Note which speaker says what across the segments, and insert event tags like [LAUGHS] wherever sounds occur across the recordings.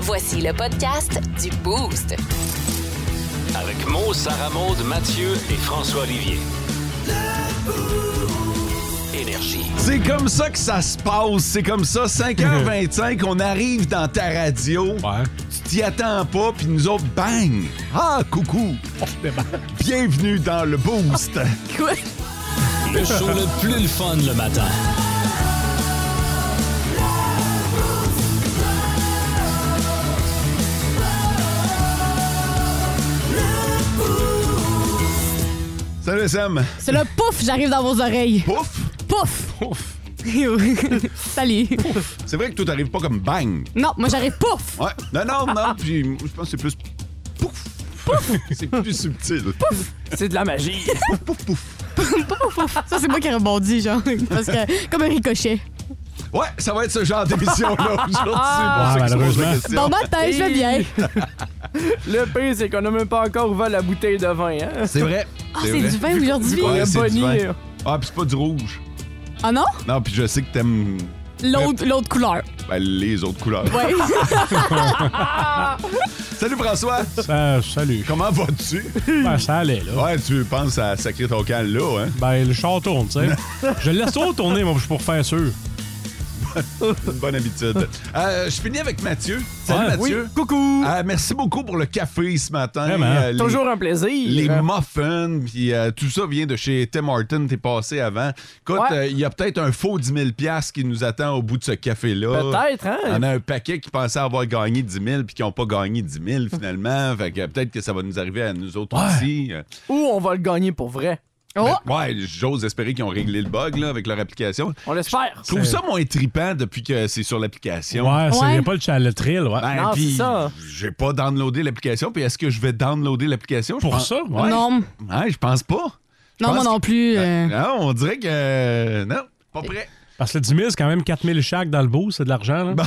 Speaker 1: Voici le podcast du Boost.
Speaker 2: Avec Mo, Sarah Maud, Mathieu et François Olivier. Énergie.
Speaker 3: C'est comme ça que ça se passe. C'est comme ça. 5h25, on arrive dans ta radio. Tu t'y attends pas, puis nous autres, bang! Ah, coucou! Bienvenue dans le Boost.
Speaker 2: Le show le plus le fun le matin.
Speaker 3: Salut Sam.
Speaker 4: C'est le pouf, j'arrive dans vos oreilles.
Speaker 3: Pouf!
Speaker 4: Pouf!
Speaker 3: Pouf!
Speaker 4: [LAUGHS] Salut.
Speaker 3: C'est vrai que toi, t'arrives pas comme bang.
Speaker 4: Non, moi j'arrive pouf! [LAUGHS]
Speaker 3: Ouais. Non, non, non. Puis moi, je pense que c'est plus pouf. C'est plus subtil. Pouf!
Speaker 5: C'est de la magie.
Speaker 3: Pouf, pouf.
Speaker 4: Ça, c'est moi qui rebondis, genre. Parce que, comme un ricochet.
Speaker 3: Ouais, ça va être ce genre d'émission-là aujourd'hui. Ah,
Speaker 6: malheureusement.
Speaker 4: Bon matin, je vais bien.
Speaker 5: [LAUGHS] Le pire, c'est qu'on n'a même pas encore ouvert la bouteille de vin. Hein?
Speaker 3: C'est vrai.
Speaker 4: Ah, c'est du vin aujourd'hui.
Speaker 5: qu'on-
Speaker 3: Ouais,
Speaker 5: Le
Speaker 3: c'est du
Speaker 5: Bonnie.
Speaker 3: vin. Ah, puis c'est pas du rouge.
Speaker 4: Ah non?
Speaker 3: Non, puis je sais que t'aimes
Speaker 4: L'autre l'autre couleur.
Speaker 3: ben, les autres couleurs.
Speaker 4: Ouais.
Speaker 3: [LAUGHS] Salut François!
Speaker 6: Ça, salut.
Speaker 3: Comment vas-tu?
Speaker 6: Ben, ça allait, là.
Speaker 3: Ouais, tu penses à sacrer ton calme là, hein?
Speaker 6: Ben, le char tourne, tu sais. Je le laisse trop tourner, moi, pour faire sûr.
Speaker 3: [LAUGHS] Une bonne habitude. Euh, je finis avec Mathieu. Salut
Speaker 6: Ouais.
Speaker 3: Mathieu.
Speaker 5: Oui, coucou.
Speaker 3: Euh, merci beaucoup pour le café ce matin. Euh,
Speaker 6: Vraiment.
Speaker 3: les,
Speaker 5: Toujours un plaisir.
Speaker 3: les muffins, puis euh, tout ça vient de chez Tim Horton, t'es passé avant. Écoute,
Speaker 5: Ouais.
Speaker 3: euh, il y a peut-être un faux 10 000 qui nous attend au bout de ce café-là.
Speaker 5: Peut-être,
Speaker 3: On
Speaker 5: hein?
Speaker 3: a un paquet qui pensait avoir gagné 10 000 puis qui n'ont pas gagné 10 000
Speaker 5: [LAUGHS]
Speaker 3: finalement. fait que peut-être que ça va nous arriver à nous autres
Speaker 6: Ouais.
Speaker 3: aussi. Euh,
Speaker 5: Ou on va le gagner pour vrai.
Speaker 4: Oh!
Speaker 3: ben, ouais, j'ose espérer qu'ils ont réglé le bug là, avec leur application.
Speaker 5: On l'espère.
Speaker 3: Je trouve ça moins trippant depuis que c'est sur l'application.
Speaker 6: Ouais, c'est
Speaker 4: Ouais.
Speaker 6: y a pas le challenge thrill, ouais.
Speaker 3: Ben,
Speaker 5: Non,
Speaker 3: puis
Speaker 5: c'est ça.
Speaker 3: J'ai pas downloadé l'application, puis est-ce que je vais downloader l'application? Je
Speaker 6: Pour
Speaker 3: pense-
Speaker 6: ça?
Speaker 3: Ouais.
Speaker 4: Non,
Speaker 3: Ouais, je pense pas. Je
Speaker 4: non,
Speaker 3: pense
Speaker 4: moi non plus.
Speaker 3: que- Ben,
Speaker 4: euh,
Speaker 3: Non, on dirait que. euh, Non, pas prêt.
Speaker 6: Parce que le 10 000, c'est quand même 4 000 chaque dans le bout, c'est de l'argent, là.
Speaker 3: [LAUGHS]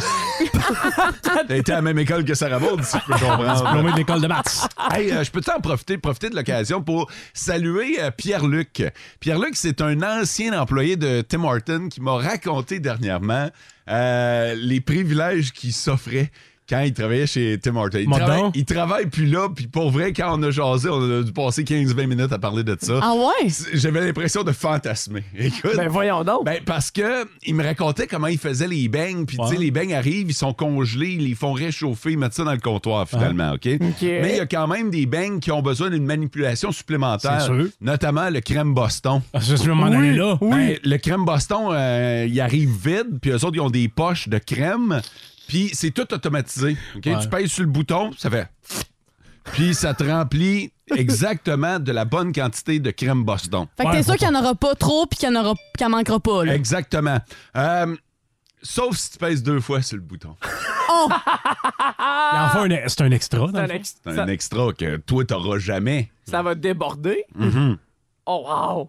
Speaker 3: T'as été à la même école que Sarah Maud, si je peux comprendre.
Speaker 6: Diplômé de l'école de maths.
Speaker 3: Hey, euh, je peux t'en profiter, profiter de l'occasion pour saluer euh, Pierre-Luc. Pierre-Luc, c'est un ancien employé de Tim Horton qui m'a raconté dernièrement euh, les privilèges qu'il s'offrait quand il travaillait chez Tim Horton. Il
Speaker 6: Mon
Speaker 3: travaille,
Speaker 6: don.
Speaker 3: il travaille plus là, puis pour vrai, quand on a jasé, on a dû passer 15-20 minutes à parler de ça.
Speaker 4: Ah ouais?
Speaker 3: [LAUGHS] C'est- J'avais l'impression de fantasmer. [LAUGHS] Écoute.
Speaker 5: Ben voyons donc.
Speaker 3: Ben, parce que il me racontait comment il faisait les beignes, puis tu sais,
Speaker 6: Ouais.
Speaker 3: les beignes arrivent, ils sont congelés, ils les font réchauffer, ils mettent ça dans le comptoir finalement, OK? Mais il y a quand même des beignes qui ont besoin d'une manipulation supplémentaire.
Speaker 6: C'est sûr.
Speaker 3: Notamment le crème Boston.
Speaker 6: Ah, c'est ce moment
Speaker 5: Oui,
Speaker 6: là.
Speaker 3: Ben, le crème Boston, euh, il arrive vide, puis eux autres, ils ont des poches de crème, puis c'est tout automatisé. OK?
Speaker 6: Ouais.
Speaker 3: Tu pèses sur le bouton, ça fait. [LAUGHS] Puis ça te remplit exactement de la bonne quantité de crème Boston.
Speaker 4: Fait que
Speaker 6: Ouais,
Speaker 4: t'es sûr
Speaker 6: faut
Speaker 4: qu'il n'y en aura pas trop puis qu'il n'y en aura qu'il en manquera pas, là.
Speaker 3: Exactement. Euh, sauf si tu pèses deux fois sur le bouton.
Speaker 4: Oh!
Speaker 6: Il en fait un, e- c'est un extra. dans
Speaker 5: C'est un
Speaker 6: le fond.
Speaker 5: ex-
Speaker 3: C'est
Speaker 5: ça,
Speaker 3: un extra que toi, t'auras jamais.
Speaker 5: ça va déborder. Oh, wow.
Speaker 3: Mm-hmm.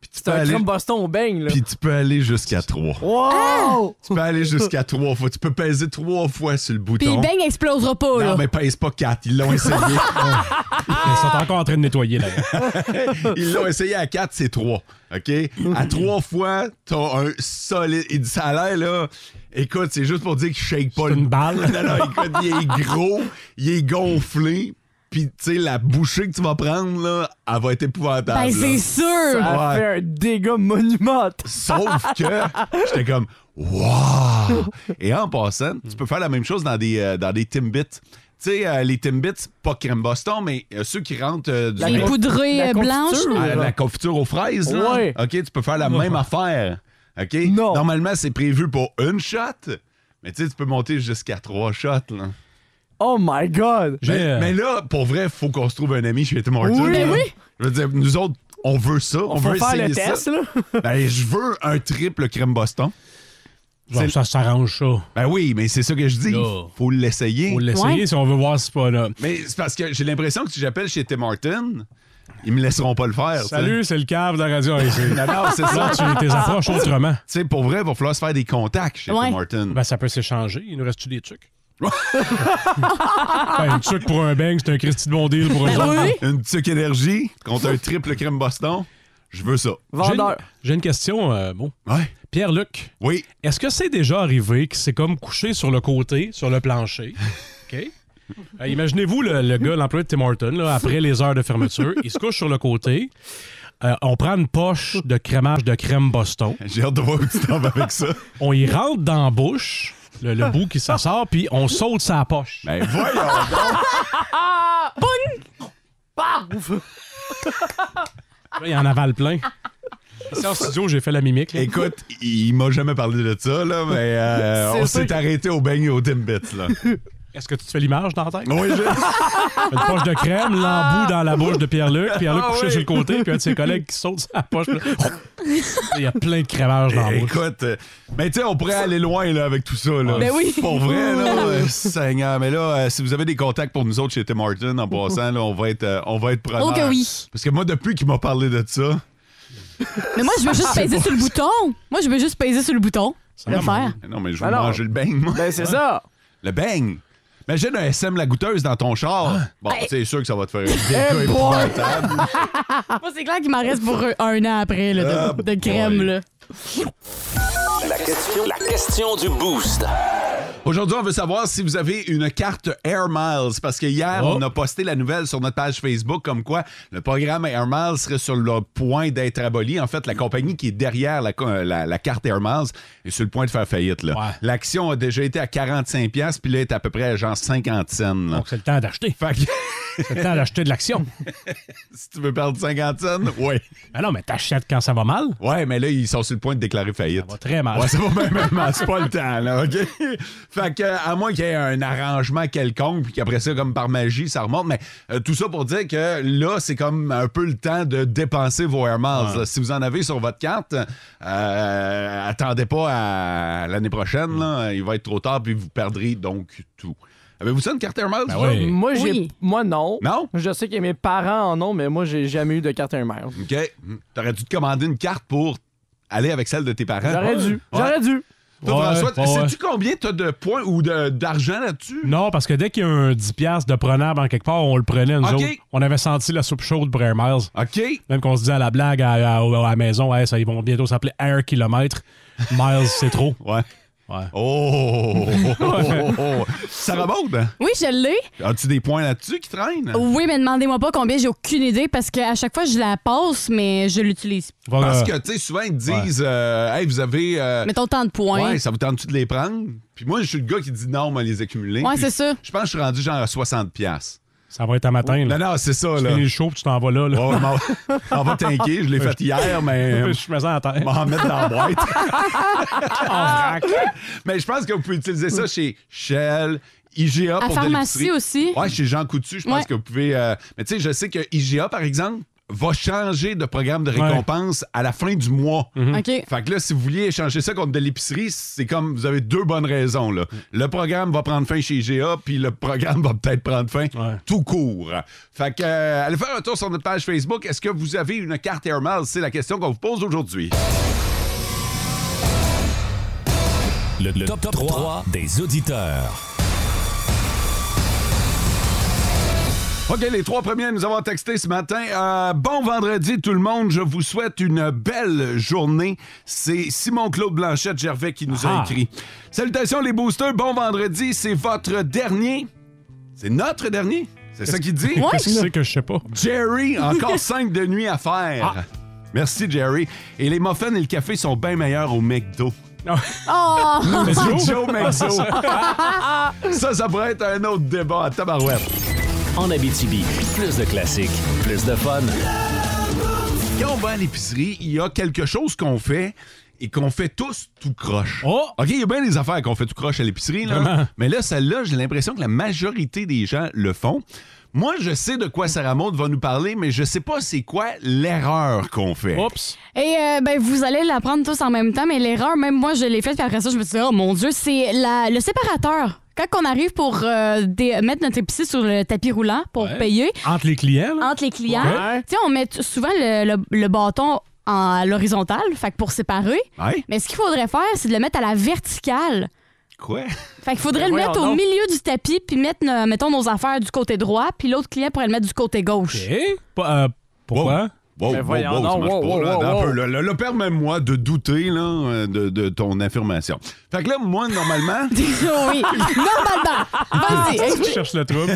Speaker 3: Puis tu
Speaker 5: C'est
Speaker 3: peux
Speaker 5: un
Speaker 3: aller,
Speaker 5: crème Boston au beigne, là. [LAUGHS]
Speaker 3: puis tu peux aller jusqu'à trois.
Speaker 5: Wow!
Speaker 3: Tu peux aller jusqu'à trois fois. Tu peux pèser trois fois sur le
Speaker 4: Puis
Speaker 3: bouton.
Speaker 4: le bang explosera pas, là.
Speaker 3: non, mais pèse pas quatre.
Speaker 4: [LAUGHS]
Speaker 3: Ils l'ont essayé.
Speaker 6: Ils sont encore en train de nettoyer, là.
Speaker 3: [LAUGHS] Ils l'ont essayé à quatre, c'est trois. OK? À trois fois, t'as un solide. Il dit ça a l'air, là. Écoute, c'est juste pour dire qu'il shake pas
Speaker 6: C'est
Speaker 3: le
Speaker 6: une balle.
Speaker 3: [LAUGHS] Non, non, écoute, il est gros, il est gonflé, puis tu sais, la bouchée que tu vas prendre, là, elle va être épouvantable.
Speaker 4: ben,
Speaker 3: là.
Speaker 4: c'est sûr!
Speaker 5: Ça
Speaker 3: Ouais.
Speaker 5: fait un dégât monumental.
Speaker 3: Sauf que
Speaker 5: [LAUGHS]
Speaker 3: j'étais comme Wow! Et en passant, tu peux faire la même chose dans des, euh, dans des Timbits. Tu sais, euh, les Timbits, pas crème Boston, mais euh, ceux qui rentrent euh, du.
Speaker 5: La
Speaker 4: Les
Speaker 5: confiture.
Speaker 4: poudrées
Speaker 5: La
Speaker 4: euh, blanches,
Speaker 5: confiture.
Speaker 4: là.
Speaker 3: à la confiture aux fraises, là.
Speaker 5: Ouais.
Speaker 3: OK, tu peux faire la même affaire. OK?
Speaker 5: Non.
Speaker 3: Normalement, c'est prévu pour une shot, mais tu sais, tu peux monter jusqu'à trois shots, là.
Speaker 5: Oh my God! euh,
Speaker 6: J'ai-
Speaker 3: Mais, mais là, pour vrai, faut qu'on se trouve un ami chez Tim Hortons.
Speaker 5: Oui.
Speaker 3: là.
Speaker 5: Ben oui.
Speaker 3: Je veux dire, nous autres, on veut ça. On,
Speaker 5: Faut
Speaker 3: veut
Speaker 5: faire
Speaker 3: essayer
Speaker 5: le test,
Speaker 3: ça.
Speaker 5: là.
Speaker 3: [LAUGHS] Ben, je veux un triple crème Boston.
Speaker 6: Genre, ça s'arrange, ça.
Speaker 3: Ben oui, mais c'est ça que je dis.
Speaker 6: Là.
Speaker 3: Faut l'essayer.
Speaker 6: Faut l'essayer
Speaker 4: Ouais.
Speaker 6: si on veut voir ce pas là.
Speaker 3: Mais c'est parce que j'ai l'impression que si j'appelle chez Tim Hortons, ils me laisseront pas le faire.
Speaker 6: Salut, c'est le cave de la radio ici.
Speaker 3: t'sais. [LAUGHS] Non, non, c'est ça.
Speaker 6: Là, tu les approches autrement.
Speaker 3: Tu sais, pour vrai, il va falloir se faire des contacts chez
Speaker 4: Ouais.
Speaker 3: Tim Hortons.
Speaker 6: Ben, ça peut s'échanger. Il nous reste-tu des trucs? ben, un truc pour un bang, c'est un Christy de bon deal pour un
Speaker 4: Ben
Speaker 6: autre.
Speaker 4: oui.
Speaker 3: Une tuque énergie contre un triple crème Boston. Je veux ça.
Speaker 6: J'ai une,
Speaker 5: Vendeur.
Speaker 6: j'ai une question, euh, bon.
Speaker 3: Ouais.
Speaker 6: Pierre-Luc,
Speaker 3: Oui.
Speaker 6: est-ce que c'est déjà arrivé que c'est comme couché sur le côté, sur le
Speaker 3: [LAUGHS]
Speaker 6: plancher? OK? Euh, Imaginez-vous le, le gars, l'employé de Tim Horton, là, après les heures de fermeture, il se couche sur le côté. Euh, on prend une poche de crémage de crème Boston.
Speaker 3: [LAUGHS] J'ai hâte de voir où tu t'en vas avec ça.
Speaker 6: [LAUGHS] On y rentre dans la bouche, le, le bout qui s'en sort, puis on saute sa poche.
Speaker 3: Ben voyons donc. ah.
Speaker 5: Paf!
Speaker 6: Là, il en avale plein.
Speaker 3: [LAUGHS]
Speaker 6: C'est en studio, j'ai fait la mimique. là.
Speaker 3: Écoute, il m'a jamais parlé de ça, là, mais euh,
Speaker 5: [LAUGHS] C'est
Speaker 3: on
Speaker 5: sûr
Speaker 3: s'est
Speaker 5: que-
Speaker 3: arrêté au beignet au Timbits, là.
Speaker 6: Est-ce que tu te fais l'image dans la tête?
Speaker 3: Oui, [LAUGHS] je...
Speaker 6: Une poche de crème, l'embout dans la bouche de Pierre-Luc, Pierre-Luc
Speaker 5: Ah
Speaker 6: couché
Speaker 5: oui.
Speaker 6: sur le côté, puis un de
Speaker 3: [LAUGHS]
Speaker 6: ses collègues qui saute sa poche. là. Il y a plein de crémage dans la bouche.
Speaker 3: Écoute, euh, mais tu sais, on pourrait aller loin là, avec tout ça. Là.
Speaker 4: Ben oui.
Speaker 3: Pour vrai,
Speaker 6: [LAUGHS]
Speaker 3: là, euh, Seigneur. Mais là, euh, si vous avez des contacts pour nous autres chez Tim Horton, en passant, là, on va être, euh, on va être preneurs.
Speaker 4: Oh que oui.
Speaker 3: Parce que moi, depuis qu'il m'a parlé de ça,
Speaker 4: Mais moi, je veux juste peser sur le bouton. Moi, je veux juste peser sur le bouton.
Speaker 6: Ça
Speaker 4: Le
Speaker 6: va, mon-
Speaker 4: faire.
Speaker 3: non, mais je veux
Speaker 5: Alors-
Speaker 3: manger le beigne, moi.
Speaker 5: Ben, c'est ça.
Speaker 3: [LAUGHS] Le beigne. Imagine un SM la goutteuse dans ton char. Bon, c'est sûr que ça va te faire un dégât
Speaker 5: Eh boy.
Speaker 3: épouvantable.
Speaker 4: [LAUGHS] Moi, c'est clair qu'il m'en reste pour un an après là, de, de crème.
Speaker 3: Ah, boy.
Speaker 4: Là.
Speaker 2: La question, la question du boost.
Speaker 3: Aujourd'hui, on veut savoir si vous avez une carte Air Miles parce que hier,
Speaker 6: Oh.
Speaker 3: on a posté la nouvelle sur notre page Facebook comme quoi le programme Air Miles serait sur le point d'être aboli. En fait, la compagnie qui est derrière la, co- euh, la- la carte Air Miles est sur le point de faire faillite. là.
Speaker 6: Ouais.
Speaker 3: L'action a déjà été à 45 pièces puis là, elle est à peu près à genre 50 cents. là.
Speaker 6: Donc, c'est le temps d'acheter.
Speaker 3: Fait que,
Speaker 6: [LAUGHS] C'est le temps d'acheter de l'action.
Speaker 3: si tu veux perdre 50 cents, ouais.
Speaker 6: Ben non, mais t'achètes quand ça va mal.
Speaker 3: Ouais, mais là, ils sont sur le point de déclarer faillite.
Speaker 6: Ça va très mal.
Speaker 3: Ouais, ça va même, même mal. c'est pas le temps, là, OK? Fait que, à moins qu'il y ait un arrangement quelconque, puis qu'après ça, comme par magie, ça remonte. Mais euh, tout ça pour dire que là, c'est comme un peu le temps de dépenser vos Air Miles. là. Si vous en avez sur votre carte, euh, attendez pas à l'année prochaine, là. Il va être trop tard, puis vous perdrez donc tout. Avez-vous ça, une carte Air Miles?
Speaker 6: Ben
Speaker 3: vous
Speaker 6: oui.
Speaker 3: autres?
Speaker 5: Moi, j'ai.
Speaker 4: Oui.
Speaker 5: Moi, non.
Speaker 3: Ah, Non?
Speaker 5: Je sais que mes parents en ont, mais moi, j'ai jamais eu de carte un mail.
Speaker 3: OK. T'aurais dû te commander une carte pour aller avec celle de tes parents.
Speaker 5: J'aurais dû.
Speaker 3: Ouais.
Speaker 5: J'aurais dû.
Speaker 3: Toi,
Speaker 6: Ouais,
Speaker 3: François,
Speaker 6: ouais,
Speaker 3: sais-tu combien t'as de points ou de- d'argent là-dessus?
Speaker 6: Non, parce que dès qu'il y a un 10$ de prenable en quelque part, on le prenait, nous
Speaker 3: OK.
Speaker 6: autres. On avait senti la soupe chaude pour Air Miles.
Speaker 3: OK.
Speaker 6: Même qu'on se disait à la blague à, à- à la maison, Hey, ça, ils vont bientôt s'appeler Air Kilomètre. Miles, c'est trop.
Speaker 3: [LAUGHS] Ouais.
Speaker 6: Ouais.
Speaker 3: Oh! oh, oh, [LAUGHS] oh. Ça remonte. hein?
Speaker 4: Oui, je l'ai.
Speaker 3: As-tu des points là-dessus qui traînent?
Speaker 4: Oui, mais demandez-moi pas combien, j'ai aucune idée parce qu'à chaque fois, je la passe, mais je l'utilise.
Speaker 6: Va-
Speaker 3: Parce
Speaker 6: euh,
Speaker 3: que, tu sais, souvent, ils te disent, euh, hey, vous avez. euh,
Speaker 4: Mettons tant de points.
Speaker 3: Ouais, ça vous tente-tu de les prendre? Puis moi, je suis le gars qui dit non, mais les accumuler.
Speaker 4: Ouais,
Speaker 3: Puis
Speaker 4: c'est ça.
Speaker 3: Je pense que je suis rendu genre à 60$. piastres.
Speaker 6: Ça va être à matin. Là.
Speaker 3: Non, non, c'est ça,
Speaker 6: Tu
Speaker 3: là.
Speaker 6: finis le show, puis tu t'en vas là. là.
Speaker 3: Ouais, m'en- on va t'inquiéter, je
Speaker 6: [LAUGHS]
Speaker 3: l'ai fait hier, mais.
Speaker 6: je suis mis à terre.
Speaker 3: On va en mettre dans la boîte. Mais je pense que vous pouvez utiliser ça chez Shell, IGA
Speaker 4: À
Speaker 3: pour de
Speaker 4: pharmacie
Speaker 3: l'épicerie.
Speaker 4: aussi.
Speaker 3: Ouais, chez Jean Coutu, je pense
Speaker 4: Ouais.
Speaker 3: que vous pouvez. euh, Mais tu sais, je sais que IGA, par exemple, va changer de programme de récompense à la fin du mois.
Speaker 4: OK.
Speaker 3: Fait que là, si vous vouliez échanger ça contre de l'épicerie, c'est comme vous avez deux bonnes raisons. Là. Le programme va prendre fin chez IGA, puis le programme [LAUGHS] va peut-être prendre fin
Speaker 6: Ouais.
Speaker 3: tout court. Fait que, euh, allez faire un tour sur notre page Facebook. Est-ce que vous avez une carte Air Miles? C'est la question qu'on vous pose aujourd'hui.
Speaker 7: Le, le top, 3, des auditeurs.
Speaker 3: OK, les trois premiers à nous avoir texté ce matin. Euh, bon vendredi, tout le monde. Je vous souhaite une belle journée. C'est Simon-Claude Blanchette-Gervais qui nous
Speaker 6: Ah.
Speaker 3: a écrit. Salutations, les boosters. Bon vendredi. C'est votre dernier. C'est notre dernier. C'est ça qu'il dit.
Speaker 6: Qu'est-ce que c'est que je sais pas? Ah.
Speaker 3: Jerry,
Speaker 6: [LAUGHS]
Speaker 3: encore cinq de nuit à faire. Merci, Jerry. Et les muffins et le café sont bien meilleurs au McDo.
Speaker 6: Ah.
Speaker 4: Oh!
Speaker 6: Mais
Speaker 3: C'est
Speaker 6: Joe?
Speaker 3: Joe McDo. ça, ça pourrait être un autre débat à tabarouette.
Speaker 2: En Abitibi, plus de classiques, plus de fun.
Speaker 3: Quand on va à l'épicerie, il y a quelque chose qu'on fait et qu'on fait tous tout croche.
Speaker 6: Oh!
Speaker 3: OK, il y a bien des affaires qu'on fait tout croche à l'épicerie, là.
Speaker 6: Vraiment?
Speaker 3: Mais là, celle-là, j'ai l'impression que la majorité des gens le font. Moi, je sais de quoi Sarah Maud va nous parler, mais je sais pas c'est quoi l'erreur qu'on fait.
Speaker 6: Oups!
Speaker 4: [LAUGHS] Et euh, ben, vous allez l'apprendre tous en même temps, mais l'erreur, même moi, je l'ai faite, puis après ça, je me suis dit, oh mon Dieu, c'est la- le séparateur. Quand on arrive pour euh, dé- mettre notre épicerie sur le tapis roulant pour
Speaker 6: Ouais.
Speaker 4: payer,
Speaker 6: Entre les clients, là.
Speaker 4: entre les clients,
Speaker 5: Ouais.
Speaker 4: tu sais, on met t- souvent le, le- le bâton en, à l'horizontale, fait que pour séparer.
Speaker 3: Hein?
Speaker 4: Mais ce qu'il faudrait faire, c'est de le mettre à la verticale.
Speaker 3: Quoi?
Speaker 4: Fait qu'il faudrait
Speaker 5: Ben
Speaker 4: le
Speaker 5: voyons
Speaker 4: mettre au
Speaker 5: donc.
Speaker 4: milieu du tapis, puis mettre, euh, no- mettons, nos affaires du côté droit, puis l'autre client pourrait le mettre du côté gauche.
Speaker 6: OK. Pas- euh, Eh? pourquoi?
Speaker 3: Wow,
Speaker 5: Mais
Speaker 3: wow,
Speaker 5: voyons
Speaker 3: wow, ça
Speaker 5: donc,
Speaker 3: marche
Speaker 5: wow,
Speaker 3: pas,
Speaker 5: wow,
Speaker 3: là.
Speaker 5: wow,
Speaker 3: Attends un
Speaker 5: wow.
Speaker 3: peu, là, là, là, permets-moi de douter là, euh, de, de ton affirmation. Fait que là, moi,
Speaker 4: [LAUGHS]
Speaker 3: normalement,
Speaker 4: oui. Normalement.
Speaker 3: Ah!
Speaker 4: Vas-y.
Speaker 6: Ah! Tu
Speaker 4: explique.
Speaker 6: cherches le trouble.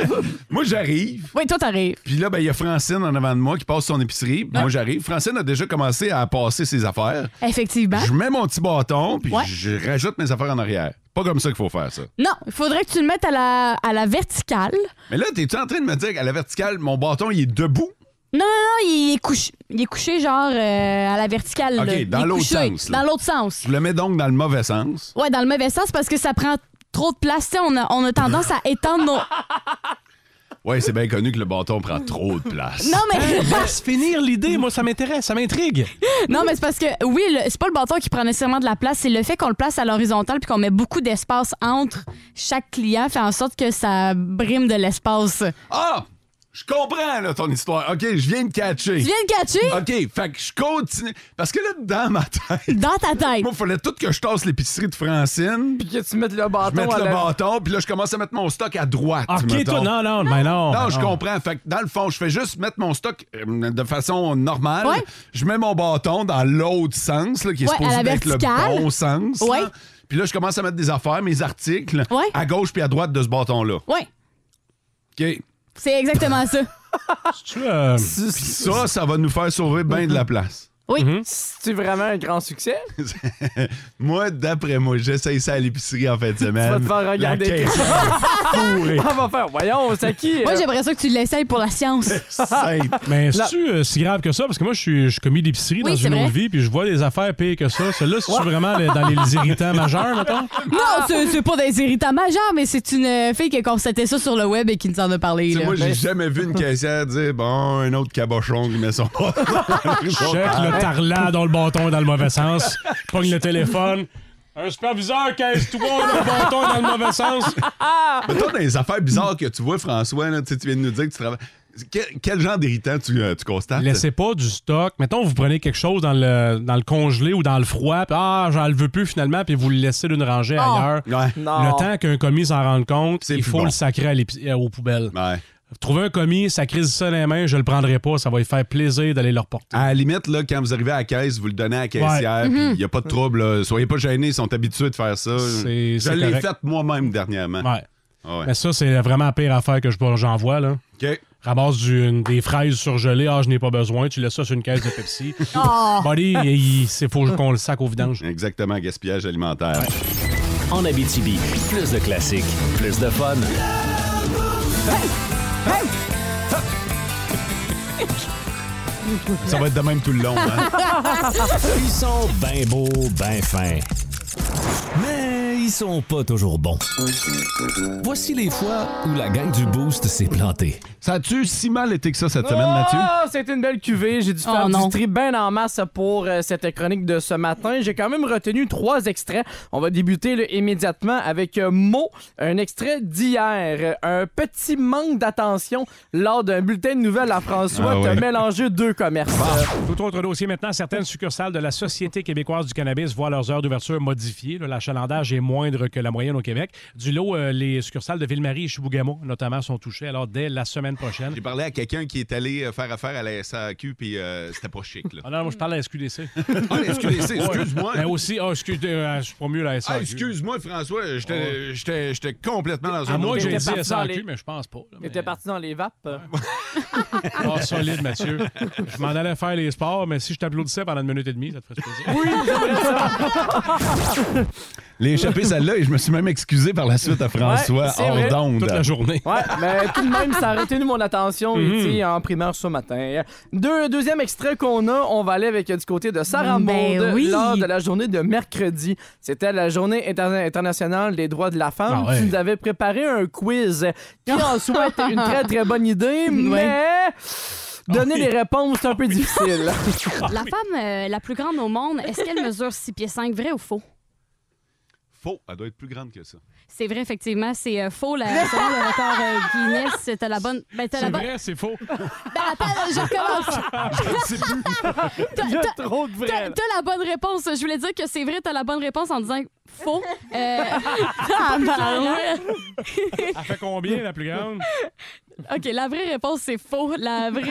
Speaker 3: [LAUGHS] moi, j'arrive.
Speaker 4: Oui, toi, t'arrives.
Speaker 3: Puis là, ben, il y a Francine en avant de moi qui passe son épicerie. puis
Speaker 4: Ah.
Speaker 3: Moi, j'arrive. Francine a déjà commencé à passer ses affaires.
Speaker 4: Effectivement.
Speaker 3: Je mets mon petit bâton, puis
Speaker 4: Ouais.
Speaker 3: je rajoute mes affaires en arrière. Pas comme ça qu'il faut faire ça.
Speaker 4: Non, il faudrait que tu le mettes à la, à la verticale.
Speaker 3: Mais là, t'es-tu en train de me dire qu'à la verticale, mon bâton, il est debout?
Speaker 4: Non, non, non, il est couché. Il est couché, genre, euh, à la verticale.
Speaker 3: OK,
Speaker 4: là. Il est
Speaker 3: dans l'autre
Speaker 4: couché.
Speaker 3: sens, là.
Speaker 4: Dans l'autre sens.
Speaker 3: Je le mets donc dans le mauvais sens.
Speaker 4: Ouais, dans le mauvais sens parce que ça prend trop de place. Tu sais, On a, on a tendance à étendre nos.
Speaker 3: Ouais, c'est bien connu que le bâton prend trop de place.
Speaker 4: Non,
Speaker 6: [LAUGHS]
Speaker 4: mais.
Speaker 6: Laisse finir l'idée, moi ça m'intéresse, ça m'intrigue.
Speaker 4: Non, mais c'est parce que, oui, le- c'est pas le bâton qui prend nécessairement de la place, c'est le fait qu'on le place à l'horizontale puis qu'on met beaucoup d'espace entre chaque client fait en sorte que ça brime de l'espace.
Speaker 3: Ah! Je comprends, là, ton histoire. OK, je viens de catcher.
Speaker 4: Tu viens de catcher
Speaker 3: OK, fait que je continue. Parce que là, dans ma tête,
Speaker 4: dans ta tête.
Speaker 3: moi, il fallait tout que je tasse l'épicerie de Francine, puis
Speaker 5: Puis que tu mettes le bâton
Speaker 3: je mette
Speaker 5: à
Speaker 3: le
Speaker 5: la-
Speaker 3: bâton, puis là, je commence à mettre mon stock à droite.
Speaker 6: Ok,
Speaker 3: mettons.
Speaker 6: toi, non, non, mais non.
Speaker 3: Non,
Speaker 6: mais
Speaker 3: je comprends. Fait que dans le fond, je fais juste mettre mon stock euh, de façon normale.
Speaker 4: Ouais.
Speaker 3: Je mets mon bâton dans l'autre sens, là, qui est
Speaker 4: Ouais, à
Speaker 3: supposé
Speaker 4: la
Speaker 3: être le
Speaker 4: verticale.
Speaker 3: bon sens.
Speaker 4: Ouais.
Speaker 3: là. Puis là, je commence à mettre des affaires, mes articles,
Speaker 4: Ouais.
Speaker 3: à gauche puis à droite de ce bâton-là.
Speaker 4: Oui,
Speaker 3: OK.
Speaker 4: c'est exactement ça.
Speaker 6: Tu, euh,
Speaker 5: Si-
Speaker 3: Puis
Speaker 5: si-
Speaker 3: ça, ça va nous faire sauver bien de la place.
Speaker 4: Oui.
Speaker 6: Mhm.
Speaker 5: C'est vraiment un grand succès.
Speaker 3: [LAUGHS] Moi, d'après moi, j'essaye ça à l'épicerie en fin de
Speaker 5: [LAUGHS] Tu vas
Speaker 3: semaine.
Speaker 5: te faire
Speaker 6: la
Speaker 5: regarder.
Speaker 6: caisse.
Speaker 5: [LAUGHS]
Speaker 6: Fourré.
Speaker 5: On va faire, voyons, c'est à qui?
Speaker 4: Moi,
Speaker 5: euh,
Speaker 4: j'aimerais ça que tu l'essayes pour la
Speaker 3: [LAUGHS]
Speaker 4: science.
Speaker 3: Sainte.
Speaker 6: Mais c'est-tu euh, si grave que ça? Parce que moi, je suis, je suis commis d'épicerie
Speaker 4: Oui,
Speaker 6: dans
Speaker 4: c'est
Speaker 6: une
Speaker 4: vrai.
Speaker 6: autre vie, puis je vois des affaires pires que ça. Celle-là, c'est-tu vraiment le- dans les
Speaker 4: [LAUGHS]
Speaker 6: irritants majeurs, mettons?
Speaker 4: non, c'est c'est pas des irritants majeurs, mais c'est une euh, fille qui a constaté ça sur le web et qui nous en a parlé.
Speaker 3: Tu sais,
Speaker 4: là.
Speaker 3: moi, j'ai
Speaker 5: ben-
Speaker 3: jamais vu une caissière dire Bon, un autre cabochon qui met son bâton.
Speaker 6: [LAUGHS] Check le tarlat dans le bâton dans le mauvais sens. Pogne le téléphone. Un superviseur, caisse-toi, le bâton dans le mauvais sens.
Speaker 3: [LAUGHS]
Speaker 4: Ah,
Speaker 3: Mais toi, dans les affaires bizarres que tu vois, François, là, tu sais, tu viens de nous dire que tu travailles. Quel, quel genre d'irritant tu, euh, tu constates?
Speaker 6: Laissez pas du stock. Mettons, vous prenez quelque chose dans le, dans le congelé ou dans le froid, puis ah, j'en le veux plus finalement, puis vous le laissez d'une rangée ailleurs.
Speaker 3: Ouais.
Speaker 5: Non.
Speaker 6: Le temps qu'un commis s'en rende compte,
Speaker 3: C'est
Speaker 6: il
Speaker 3: plus
Speaker 6: faut
Speaker 3: bon.
Speaker 6: le sacrer à l'épi- euh, aux poubelles.
Speaker 3: Ouais.
Speaker 6: Trouver un commis, sacrer ça dans les mains, je le prendrai pas, ça va lui faire plaisir d'aller le reporter.
Speaker 3: À la limite, là, quand vous arrivez à la caisse, vous le donnez à la caissière,
Speaker 5: Mhm.
Speaker 3: puis il n'y a pas de trouble. là. Soyez pas gênés, ils sont habitués de faire ça.
Speaker 6: C'est-
Speaker 3: Je
Speaker 6: c'est
Speaker 3: l'ai
Speaker 6: correct.
Speaker 3: fait moi-même dernièrement.
Speaker 6: Ouais.
Speaker 3: Ah ouais.
Speaker 6: Mais ça, c'est vraiment la pire affaire que je j'en vois, là.
Speaker 3: OK.
Speaker 6: Ramasse du- une- des fraises surgelées, ah, je n'ai pas besoin, tu laisses ça sur une caisse de Pepsi.
Speaker 3: Ah.
Speaker 5: Ah.
Speaker 6: Buddy, il, c'est faut qu'on le sac au vidange.
Speaker 3: Exactement, gaspillage alimentaire.
Speaker 2: En Abitibi, plus de classiques, plus de fun.
Speaker 3: Ça va être de même tout le long. hein.
Speaker 7: [LAUGHS] Ils sont bien beaux, bien fins. Mais ils sont pas toujours bons. Voici les fois où la gang du Boost s'est plantée.
Speaker 3: ça a-tu si mal été que ça [LAUGHS] cette semaine, Mathieu?
Speaker 5: Ah, c'était une belle cuvée. J'ai dû faire
Speaker 4: Oh, non.
Speaker 5: du tri bien en masse pour euh, cette chronique de ce matin. J'ai quand même retenu trois extraits. On va débuter là, immédiatement avec euh, Mo, un extrait d'hier. Euh, Un petit manque d'attention lors d'un bulletin de nouvelles à François
Speaker 3: Ah,
Speaker 5: qui a
Speaker 3: ouais. Bah.
Speaker 5: mélangé deux commerces. Euh,
Speaker 6: Tout autre dossier maintenant, certaines succursales de la Société québécoise du cannabis voient leurs heures d'ouverture modifiées. Là, L'achalandage est moindre que la moyenne au Québec. Du lot, euh, les succursales de Ville-Marie et Chibougamau, notamment, sont touchées. Alors, dès la semaine prochaine.
Speaker 3: J'ai parlé à quelqu'un qui est allé euh, faire affaire à la SAQ, puis euh, c'était pas chic. Là.
Speaker 6: Ah non, moi, je parle à la [LAUGHS] SQDC.
Speaker 3: Ah, excusez, excuse-moi.
Speaker 6: Mais aussi, ah, excuse, euh, je suis pas mieux la SAQ.
Speaker 3: Ah, excuse-moi, François, j'étais
Speaker 6: Ah.
Speaker 3: j'étais- j'étais complètement dans un
Speaker 6: À moi,
Speaker 3: autre
Speaker 6: j'ai dit
Speaker 5: T'étais parti dans
Speaker 6: SAQ,
Speaker 5: les-
Speaker 6: mais je pense pas. là,
Speaker 5: Il
Speaker 6: mais-
Speaker 5: était parti dans les vapes. euh.
Speaker 6: Ah, solide, Mathieu. Je m'en allais faire les sports, mais si je t'applaudissais pendant une minute et demie, ça [LAUGHS] te ferait plaisir.
Speaker 3: l'ai échappé celle-là et je me suis même excusé par la suite à François
Speaker 5: Ouais, c'est
Speaker 3: hors
Speaker 5: vrai.
Speaker 3: d'onde.
Speaker 6: Toute la journée. Mhm.
Speaker 5: Ouais, mais tout de même, ça a retenu mon attention ici en primaire ce matin. Deux, deuxième extrait qu'on a, on va aller avec euh, du côté de Sarah
Speaker 4: Ben
Speaker 5: Maud
Speaker 4: oui.
Speaker 5: lors de la journée de mercredi. C'était la journée interna- internationale des droits de la femme.
Speaker 6: Ah ouais.
Speaker 5: Tu nous avais préparé un quiz
Speaker 4: [LAUGHS]
Speaker 5: qui en soi était une très très bonne idée, mais donner
Speaker 6: Ah oui.
Speaker 5: les réponses c'est un
Speaker 6: [LAUGHS]
Speaker 5: peu difficile.
Speaker 4: La femme euh, la plus grande au monde, est-ce qu'elle mesure 6 pieds 5, vrai ou faux?
Speaker 3: Faux, elle doit être plus grande que ça.
Speaker 4: C'est vrai, effectivement, c'est euh, faux. La, selon le record euh, Guinness, t'as la bonne. Ben, t'as la
Speaker 6: C'est
Speaker 4: bonne.
Speaker 6: vrai, c'est faux.
Speaker 4: Ben, attends, [LAUGHS] je recommence.
Speaker 5: Ah, Il y a trop de
Speaker 4: T'as
Speaker 5: vrai.
Speaker 4: t'as la bonne réponse. Je voulais dire que c'est vrai, t'as la bonne réponse en disant faux. Euh,
Speaker 6: Elle fait combien, la plus grande?
Speaker 4: [LAUGHS] OK, la vraie réponse, c'est faux. La vraie.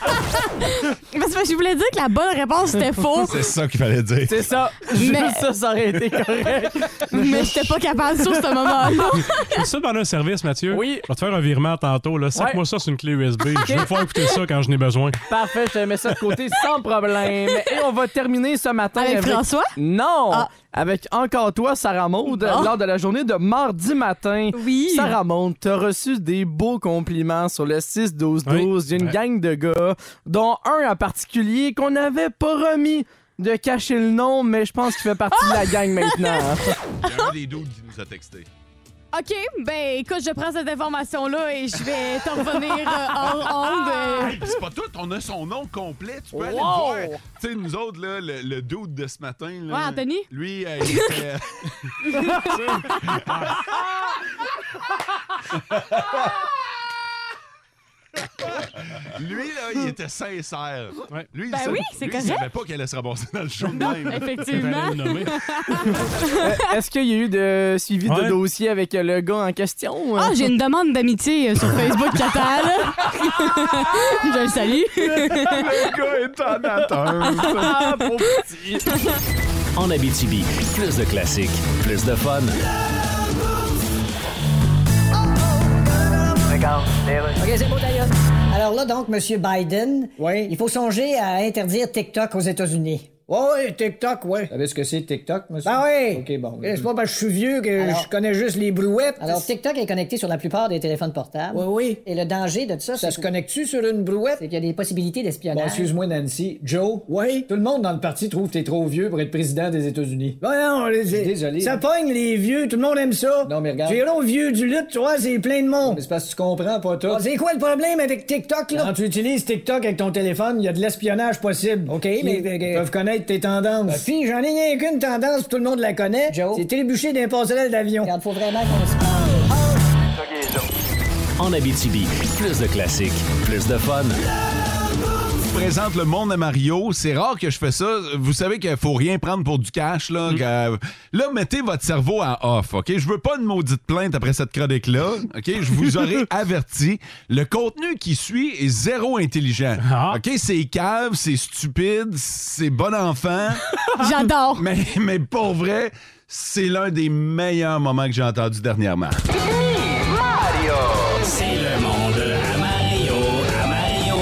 Speaker 4: Parce que je voulais dire que la bonne réponse, c'était faux,
Speaker 3: C'est ça qu'il fallait dire.
Speaker 5: C'est
Speaker 3: [LAUGHS]
Speaker 5: ça.
Speaker 4: [LAUGHS]
Speaker 5: Juste
Speaker 4: Mais-
Speaker 5: ça, ça aurait été correct.
Speaker 4: [LAUGHS] mais j'étais pas capable sur ce
Speaker 5: [LAUGHS]
Speaker 4: moment-là.
Speaker 6: [LAUGHS] Je vais te demander un service, Mathieu.
Speaker 5: Oui.
Speaker 6: Je vais te faire un virement tantôt. Là. Sac-moi ça sur une clé USB. Je vais pouvoir écouter ça quand je n'ai besoin.
Speaker 5: Parfait, je te mets ça de côté sans problème. Et on va terminer ce matin
Speaker 4: Avec François?
Speaker 5: Non!
Speaker 4: Ah.
Speaker 5: Avec encore toi, Sarah Maud,
Speaker 4: Oh.
Speaker 5: lors de la journée de mardi matin.
Speaker 4: Oui.
Speaker 5: Sarah Maud, t'as reçu des beaux compliments sur le 6-12-12 d'une
Speaker 6: Ouais.
Speaker 5: gang de gars, dont un en particulier qu'on n'avait pas remis de cacher le nom, mais je pense qu'il fait partie de
Speaker 4: [LAUGHS]
Speaker 5: la gang maintenant.
Speaker 3: Il y a un des dudes qui nous a texté.
Speaker 4: OK, ben écoute, je prends cette information-là et je vais t'en revenir
Speaker 5: [LAUGHS]
Speaker 4: euh, hors onde. euh.
Speaker 3: Hey, pis Ah! c'est pas tout, on a son nom complet, tu peux aller le
Speaker 5: Wow!
Speaker 3: voir. Tu sais, nous autres, là, le, le dude de ce matin. Là,
Speaker 4: Ouais, Anthony? [LAUGHS]
Speaker 3: Lui, euh, [LAUGHS] il était. Lui, là, il était sincère.
Speaker 6: Ouais.
Speaker 3: Lui, il
Speaker 4: Ben
Speaker 3: savait-
Speaker 4: oui, c'est
Speaker 3: lui,
Speaker 4: correct.
Speaker 3: Il savait pas qu'elle allait se ramasser dans le show de même.
Speaker 4: Effectivement.
Speaker 6: Fallait le nommer.
Speaker 5: Euh, Est-ce qu'il y a eu de suivi de
Speaker 6: Ouais.
Speaker 5: dossier avec le gars en question? hein?
Speaker 4: Ah,
Speaker 5: [LAUGHS]
Speaker 4: j'ai une demande d'amitié euh, sur Facebook Catal. je le salue.
Speaker 3: le gars
Speaker 4: [LAUGHS]
Speaker 3: est en attente.
Speaker 5: Ah, pauvre petit.
Speaker 2: [LAUGHS] En Abitibi, plus de classiques, plus de fun.
Speaker 8: Alors là, donc, M. Biden,
Speaker 9: Oui. Oh,
Speaker 8: il faut songer à interdire TikTok aux États-Unis.
Speaker 9: Ouais, Ah ouais, TikTok, ouais. Vous savez ce que c'est TikTok, monsieur?
Speaker 8: Ah oui!
Speaker 9: OK, bon.
Speaker 8: Eh,
Speaker 9: C'est pas parce que je suis vieux que je connais juste les brouettes.
Speaker 8: Alors, TikTok est connecté sur la plupart des téléphones portables.
Speaker 9: Oui, oui.
Speaker 8: Et le danger de
Speaker 9: ça
Speaker 8: ça, c'est
Speaker 9: se connecte-tu sur une brouette?
Speaker 8: c'est qu'il y a des possibilités
Speaker 9: Bon,
Speaker 8: d'espionnage.
Speaker 9: ben, excuse-moi, Nancy. Joe? Oui? Tout le monde dans le parti trouve que t'es trop vieux pour être président des États-Unis. Ouais, non, Désolé. Ça pogne, les vieux. Tout le monde aime ça. Non, mais regarde. Jérôme, vieux du lutte, tu vois, c'est plein de monde. Mais c'est parce que tu comprends pas tout. c'est quoi le problème avec TikTok, là? Quand tu utilises TikTok avec ton téléphone, il y a de l'espionnage possible. OK, mais... Ils peuvent connaître tes tendances. Puis, j'en ai rien qu'une tendance, tout le monde la connaît.
Speaker 8: Joe.
Speaker 9: C'est trébucher d'un passerelle d'avion.
Speaker 8: Regarde, faut vraiment qu'on se parle.
Speaker 2: En Abitibi, plus de classiques, plus de fun.
Speaker 3: Je présente le monde à Mario. C'est rare que je fais ça. Vous savez qu'il faut rien prendre pour du cash. Là, Que- là mettez votre cerveau à off. OK? Je veux pas une maudite plainte après cette chronique-là. OK? Je vous aurais averti. Le contenu qui suit est zéro intelligent.
Speaker 6: Ah.
Speaker 3: OK? C'est cave, c'est stupide, c'est bon enfant.
Speaker 4: J'adore.
Speaker 3: mais, mais pour vrai, c'est l'un des meilleurs moments que j'ai entendu dernièrement.
Speaker 2: C'est le monde à Mario, à Mario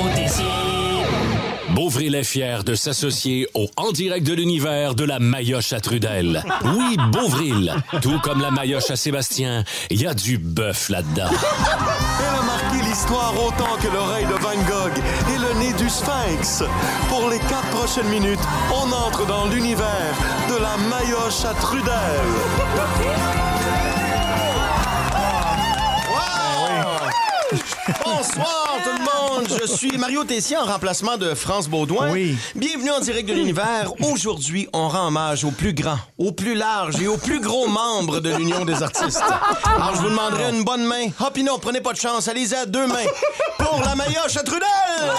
Speaker 2: Beauvray est fier de s'associer au En Direct de l'Univers de la Mayoche à Trudel. Oui, Beauvril, tout comme la Mayoche à Sébastien, il y a du bœuf là-dedans.
Speaker 10: Elle a marqué l'histoire autant que l'oreille de Van Gogh et le nez du Sphinx. Pour les quatre prochaines minutes, on entre dans l'univers de la Mayoche à Trudel. Bonsoir tout le monde, je suis Mario Tessier en remplacement de France Baudouin.
Speaker 9: Oui.
Speaker 10: Bienvenue en direct de l'univers. Aujourd'hui, on rend hommage au plus grand, au plus large et au plus gros membre de l'Union des artistes. Alors je vous demanderai une bonne main. Hop, non, prenez pas de chance, allez-y à deux mains. Pour la Mayoche à Trudel!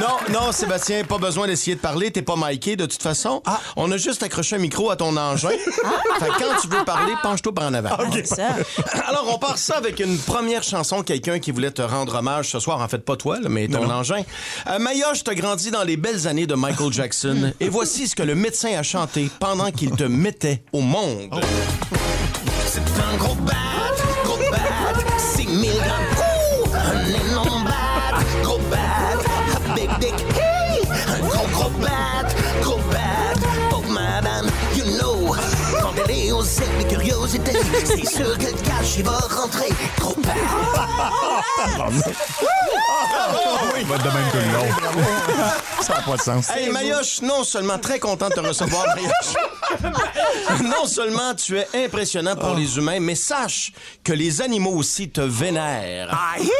Speaker 10: Non, non, Sébastien, pas besoin d'essayer de parler, t'es pas miqué de toute façon. On a juste accroché un micro à ton engin. Fait que quand tu veux parler, penche-toi par en avant. Alors, on part ça avec une première chanson, quelqu'un qui voulait te rendre hommage ce soir. En fait, pas toi, là, mais ton engin. Euh, Mayoche t'a grandi dans les belles années de Michael Jackson. et voici ce que le médecin a chanté pendant qu'il te mettait au monde. C'est un gros bat, gros bat, 6 000 grammes. Ouh, un énorme bat, gros bat, big dick. Hey, un gros gros bat, gros bat, pauvre madame, you know. Quand elle est aux ailes de curiosité, c'est sûr que le cash il va rentrer. Gros bat.
Speaker 3: Pas de même que le long.
Speaker 10: Oh, Ça n'a pas de sens. Hey, Mayoche, non seulement très content de te [LAUGHS] recevoir, Mayoche. [LAUGHS] non seulement tu es impressionnant pour les humains, mais sache que les animaux aussi te vénèrent. Aïe!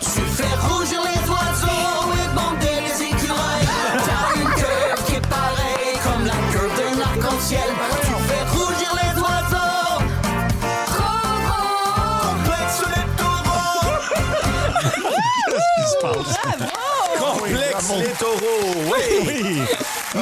Speaker 10: Tu fais rougir les oiseaux et bander les écureuils. T'as une curve qui est pareille comme la curve d'un arc-en-ciel. Tu fais rougir les oiseaux. Complexe les taureaux. Qu'est-ce qui se passe? Complexe les taureaux, oui. Ah.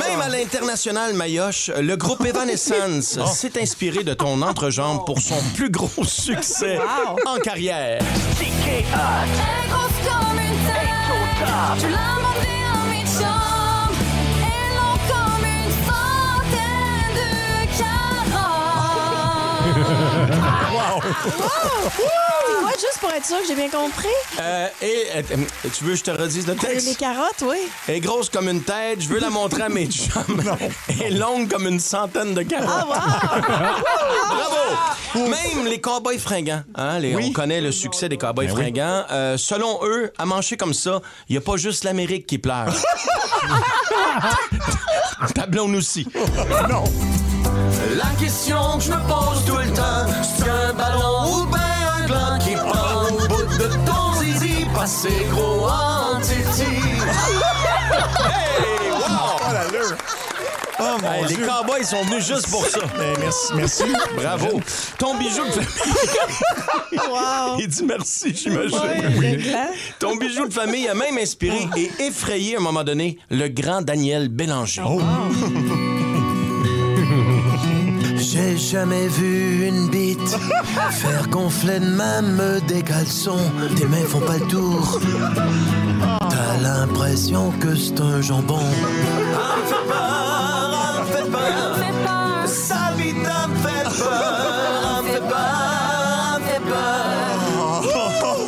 Speaker 10: Même à l'international Mayoche, le groupe Evanescence s'est inspiré de ton entrejambe pour son plus gros succès en [LAUGHS] carrière.
Speaker 8: Elle est grosse comme une tête. Tu l'as montée en mi-chambre. Et long comme une fontaine de carottes.
Speaker 11: Ah,
Speaker 10: Ah,
Speaker 11: C'est quoi, juste pour être sûr que j'ai bien compris?
Speaker 10: Euh, et euh, tu veux que je te redise le
Speaker 11: Les, les
Speaker 10: texte?
Speaker 11: carottes, oui.
Speaker 10: Elle est grosse comme une tête, je veux la montrer à mes chums. Elle est longue comme une centaine de carottes.
Speaker 11: Ah, wow!
Speaker 10: Bravo! Même les cowboys fringants, hein, les- on connaît le succès des cowboys fringants. Euh, selon eux, à manger comme ça, il n'y a pas juste l'Amérique qui pleure. Ta blonde aussi. non. La question que je me pose tout le temps, c'est un ballon ou ben un gland qui prend au bout de ton zizi, passé gros en Hey, wow!
Speaker 12: Oh, l'allure. Oh, mon
Speaker 10: Hey, les
Speaker 12: Dieu.
Speaker 10: cowboys sont venus juste pour ça.
Speaker 12: Mais merci, merci.
Speaker 10: Bravo. Ton bijou de famille. Il dit merci, j'imagine.
Speaker 11: Oui, le gland.
Speaker 10: Ton bijou de famille a même inspiré
Speaker 12: Ah.
Speaker 10: et effrayé à un moment donné le grand Daniel Bélanger.
Speaker 12: Oh. J'ai jamais vu une bite faire gonfler de même des caleçons. Tes mains font pas le tour. T'as l'impression que c'est un jambon.
Speaker 10: Sa vie me fait peur, me fait peur, me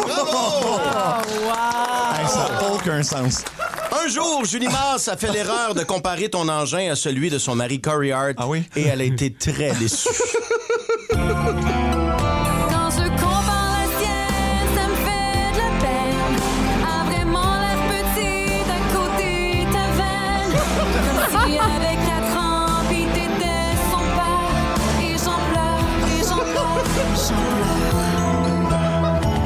Speaker 10: fait
Speaker 8: Oh,
Speaker 10: peur.
Speaker 12: Hey, ça n'a aucun sens.
Speaker 10: Un jour, Julie Mars a fait l'erreur de comparer ton engin à celui de son mari Corey Hart.
Speaker 12: Ah oui?
Speaker 10: Et elle a été très
Speaker 12: [LAUGHS]
Speaker 10: déçue.
Speaker 8: Quand je compare la sienne, ça me fait de la peine. Ah, vraiment, la petite à côté de ta veine. Comme si avec quatre ans, puis t'étais son père. Et j'en pleure, et j'en pleure, j'en pleure.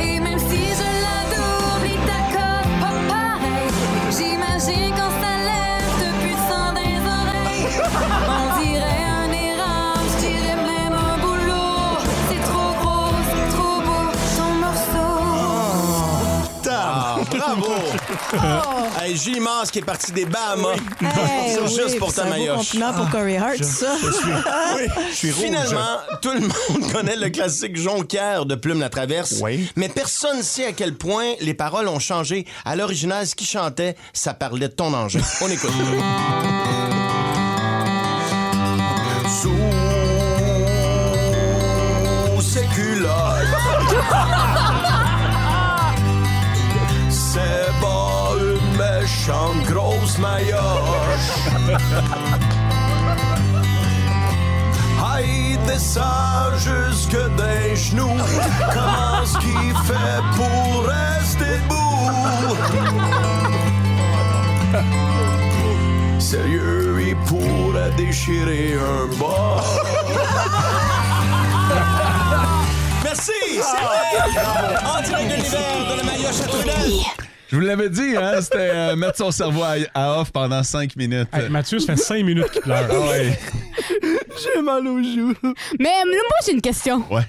Speaker 8: Et même si je la double, il t'accorde pas pareil. J'imagine quand ça lève depuis le sang des oreilles. On dirait un érable, je dirais même un boulot. C'est trop gros, c'est trop beau, son morceau.
Speaker 10: Ah, bravo! Hey, Julie Mars qui est partie des Bahamas.
Speaker 11: Hey,
Speaker 10: C'est juste
Speaker 11: oui,
Speaker 10: pour
Speaker 11: c'est
Speaker 10: ta
Speaker 11: un beau
Speaker 10: maillotche.
Speaker 11: compliment
Speaker 3: Ah.
Speaker 11: pour Corey Hart, ça.
Speaker 8: [LAUGHS]
Speaker 10: Finalement, tout le monde [LAUGHS] connaît le classique Jonquière de Plume la Traverse.
Speaker 12: Oui.
Speaker 10: Mais personne ne sait à quel point les paroles ont changé. À l'original, ce qui chantait, ça parlait de ton engin. On écoute. Sous ses culottes. C'est pas une méchante grosse maillotche. Aïe, descend jusque des genoux. Comment ce qu'il fait pour rester debout? Sérieux, il pourrait déchirer un bas. Merci! C'est vrai! En direct de l'hiver de la Maillotche à Trudel.
Speaker 3: Je vous l'avais dit, hein, c'était
Speaker 4: [LAUGHS]
Speaker 3: euh, mettre son cerveau à, à off pendant cinq minutes.
Speaker 6: Hey, Mathieu, ça fait cinq minutes qu'il pleure.
Speaker 3: Ah
Speaker 4: [LAUGHS]
Speaker 3: ouais.
Speaker 5: J'ai mal aux joues.
Speaker 4: Mais euh, moi, j'ai une question.
Speaker 3: Ouais.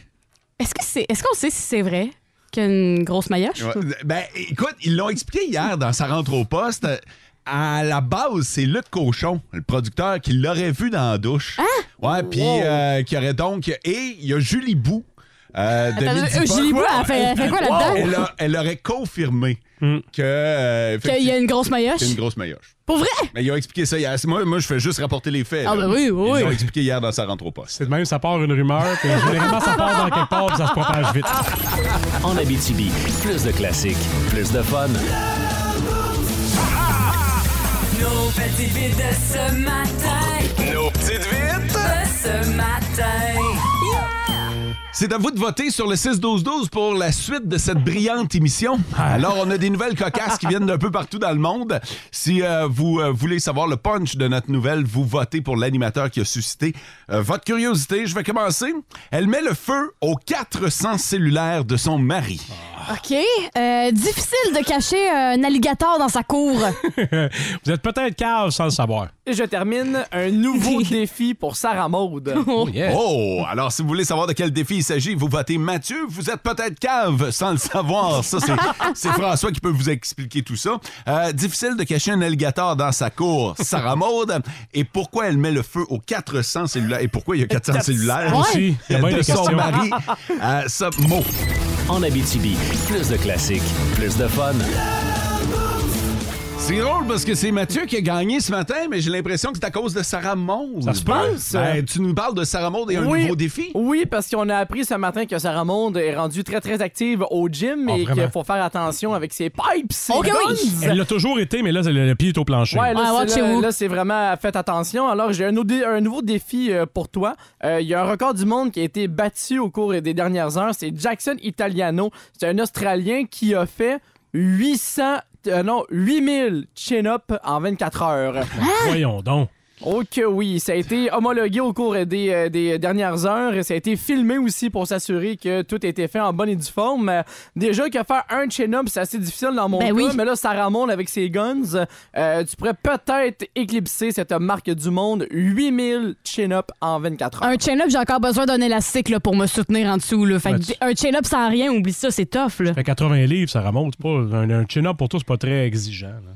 Speaker 4: Est-ce que c'est, est-ce qu'on sait si c'est vrai qu'une grosse maillotche?
Speaker 3: Ouais. Ben, écoute, ils l'ont expliqué hier dans sa rentre au poste. Euh, À la base, c'est Luc Cochon, le producteur, qui l'aurait vu dans la
Speaker 4: Ah!
Speaker 3: douche. Ouais, puis euh, qui aurait donc. Et il y a Julie Bou. euh, de
Speaker 4: Attends,
Speaker 3: Midi
Speaker 4: euh,
Speaker 3: Pop.
Speaker 4: Julie Bou, elle fait- elle fait quoi
Speaker 3: Wow!
Speaker 4: là-dedans?
Speaker 3: Elle, a- elle aurait confirmé que. euh,
Speaker 4: Qu'il y a une grosse
Speaker 3: effectivement,
Speaker 4: maillotche?
Speaker 3: c'est une grosse maillotche.
Speaker 4: Pour vrai?
Speaker 3: Mais ils ont expliqué ça hier. Moi, moi, je fais juste rapporter les faits.
Speaker 4: Ah,
Speaker 3: là.
Speaker 4: ben oui, oui,
Speaker 3: Ils
Speaker 4: oui.
Speaker 3: l'ont expliqué hier dans sa rentre au poste.
Speaker 6: C'est de même, ça part une rumeur, puis généralement, ça part dans quelque part, puis ça se propage [LAUGHS] vite.
Speaker 7: En Abitibi, plus de classiques, plus de fun.
Speaker 8: Nos petites vites de ce matin,
Speaker 2: Nos petites vites!
Speaker 8: de ce matin.
Speaker 3: C'est à vous de voter sur le 6-12-12 pour la suite de cette brillante émission. Alors, on a des nouvelles cocasses qui viennent d'un peu partout dans le monde. Si euh, vous euh, voulez savoir le punch de notre nouvelle, vous votez pour l'animateur qui a suscité euh, votre curiosité. Je vais commencer. Elle met le feu aux 400 cellulaires de son mari.
Speaker 4: OK. Euh, difficile de cacher un alligator dans sa cour.
Speaker 6: Vous êtes peut-être cave sans le savoir.
Speaker 5: Et je termine
Speaker 9: [LAUGHS]
Speaker 5: un nouveau défi pour Sarah Maude.
Speaker 3: [LAUGHS] Oh! Alors, si vous voulez savoir de quel défi il s'agit, vous votez Mathieu. Vous êtes peut-être cave sans le savoir. Ça,
Speaker 6: [LAUGHS]
Speaker 3: c'est, c'est François qui peut vous expliquer tout ça. Euh, difficile de cacher un alligator dans sa cour. Sarah Maude. Et pourquoi elle met le feu aux 400 cellulaires? Et pourquoi il y a 400 cellulaires?
Speaker 6: Ouais. Aussi, il y a bien
Speaker 3: de
Speaker 6: des
Speaker 3: son
Speaker 6: questions.
Speaker 3: mari. Euh, ça, mot.
Speaker 7: En Abitibi, plus de classiques, plus de fun.
Speaker 3: C'est drôle parce que c'est Mathieu qui a gagné ce matin, mais j'ai l'impression que c'est à cause de Sarah Maud.
Speaker 5: Ça se pense.
Speaker 3: Ben, tu nous parles de Sarah Maud et un nouveau défi.
Speaker 5: Oui, parce qu'on a appris ce matin que Sarah Monde est rendue très, très active au
Speaker 3: Oh,
Speaker 5: gym et
Speaker 6: vraiment?
Speaker 5: qu'il faut faire attention avec ses pipes, ses
Speaker 6: Ok,
Speaker 5: guns.
Speaker 9: Eh,
Speaker 6: Elle l'a toujours été, mais là, le, le pied est au plancher.
Speaker 5: Ouais,
Speaker 4: Ah,
Speaker 5: là, c'est, là- là, c'est vraiment faites attention. Alors, j'ai un, nou- dé- un nouveau défi euh, pour toi. Euh, Il y a un record du monde qui a été battu au cours des dernières heures. C'est Jackson Italiano. C'est un Australien qui a fait 800, euh, non, 8000 chin-up en
Speaker 6: [LAUGHS]
Speaker 5: 24 heures.
Speaker 6: Voyons donc.
Speaker 5: Ok, oui, ça a été homologué au cours des, euh, des dernières heures. Ça a été filmé aussi pour s'assurer que tout a été fait en bonne et due forme. Euh, Déjà que faire un chin-up, c'est assez difficile dans mon
Speaker 4: Ben
Speaker 5: cas,
Speaker 4: oui.
Speaker 5: mais là, ça ramonde avec ses guns. Euh, tu pourrais peut-être éclipser cette marque du monde 8000 chin-up en
Speaker 6: Ah
Speaker 5: 24 heures.
Speaker 4: Un chain-up, j'ai encore besoin d'un élastique là, pour me soutenir en dessous. Là. Fait que
Speaker 6: Ouais, tu-
Speaker 4: un chain-up sans rien, oublie ça, c'est tough. Là.
Speaker 6: Fait 80 livres, ça remonte pas. Un, un chin-up pour toi, c'est pas très exigeant. là.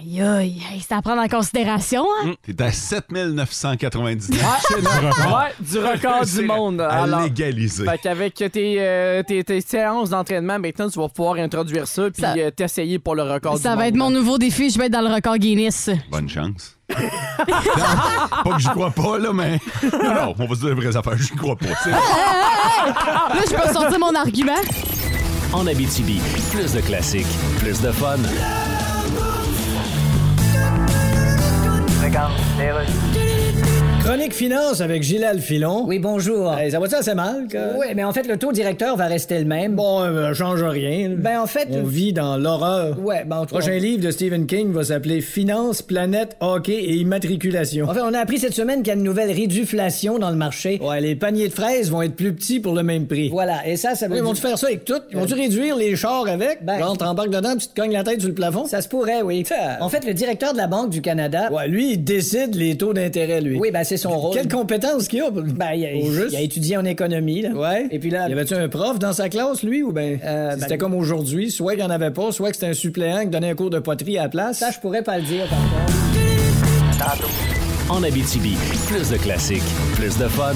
Speaker 4: Aïe, aïe, Hey, c'est à prendre en considération. Hein?
Speaker 3: T'es à 7999.
Speaker 5: Ouais, ouais, du record
Speaker 3: C'est
Speaker 5: du monde.
Speaker 3: À
Speaker 5: Alors, Ben-
Speaker 3: l'égaliser.
Speaker 5: Fait qu'avec tes, euh, tes, tes séances d'entraînement, maintenant, tu vas pouvoir introduire ça puis
Speaker 4: Ça-
Speaker 5: euh, t'essayer pour le record du
Speaker 4: Ça va
Speaker 5: monde.
Speaker 4: être mon nouveau défi, je vais être dans le record Guinness.
Speaker 3: Bonne chance. [LAUGHS] Non, pas que j'y crois pas, là, mais. Non, on va se dire les vraies affaires, j'y crois pas. C'est
Speaker 5: Hein?
Speaker 3: vrai.
Speaker 4: Là, je peux sortir mon argument.
Speaker 7: En Abitibi, plus de classiques, plus de fun.
Speaker 9: Chronique finance avec Gilal Filon. Oui, bonjour. ça va-tu assez mal? Oui, mais en fait, le taux directeur va rester le même. Bon, euh, change rien. Ben, en fait... On vit dans l'horreur. Ouais, ben, Prochain livre de Stephen King va s'appeler Finance, planète, hockey et immatriculation. En fait, on a appris cette semaine qu'il y a une nouvelle réduflation dans le marché. Ouais, les paniers de fraises vont être plus petits pour le même prix. Voilà, et ça, ça veut Ils vont-tu faire ça avec tout? Ils vont-tu réduire les chars avec? Ben... Genre, t'embarques dedans, tu te cognes la tête sur le plafond? Ça se pourrait, oui. En fait, le directeur de la Banque du Canada... Ouais, lui, il décide les taux d'intérêt, lui. Oui, ben, c'est son rôle. Quelle compétence qu'il a? Ben, il a, il a étudié en économie, là. Ouais. Et puis là... Y avait-tu un prof dans sa classe, lui, ou ben... C'était comme aujourd'hui, soit il y en avait pas, soit que c'était un suppléant qui donnait un cours de poterie à la place. Ça, je pourrais pas le dire, par contre.
Speaker 7: En Abitibi, plus de classiques, plus de fun.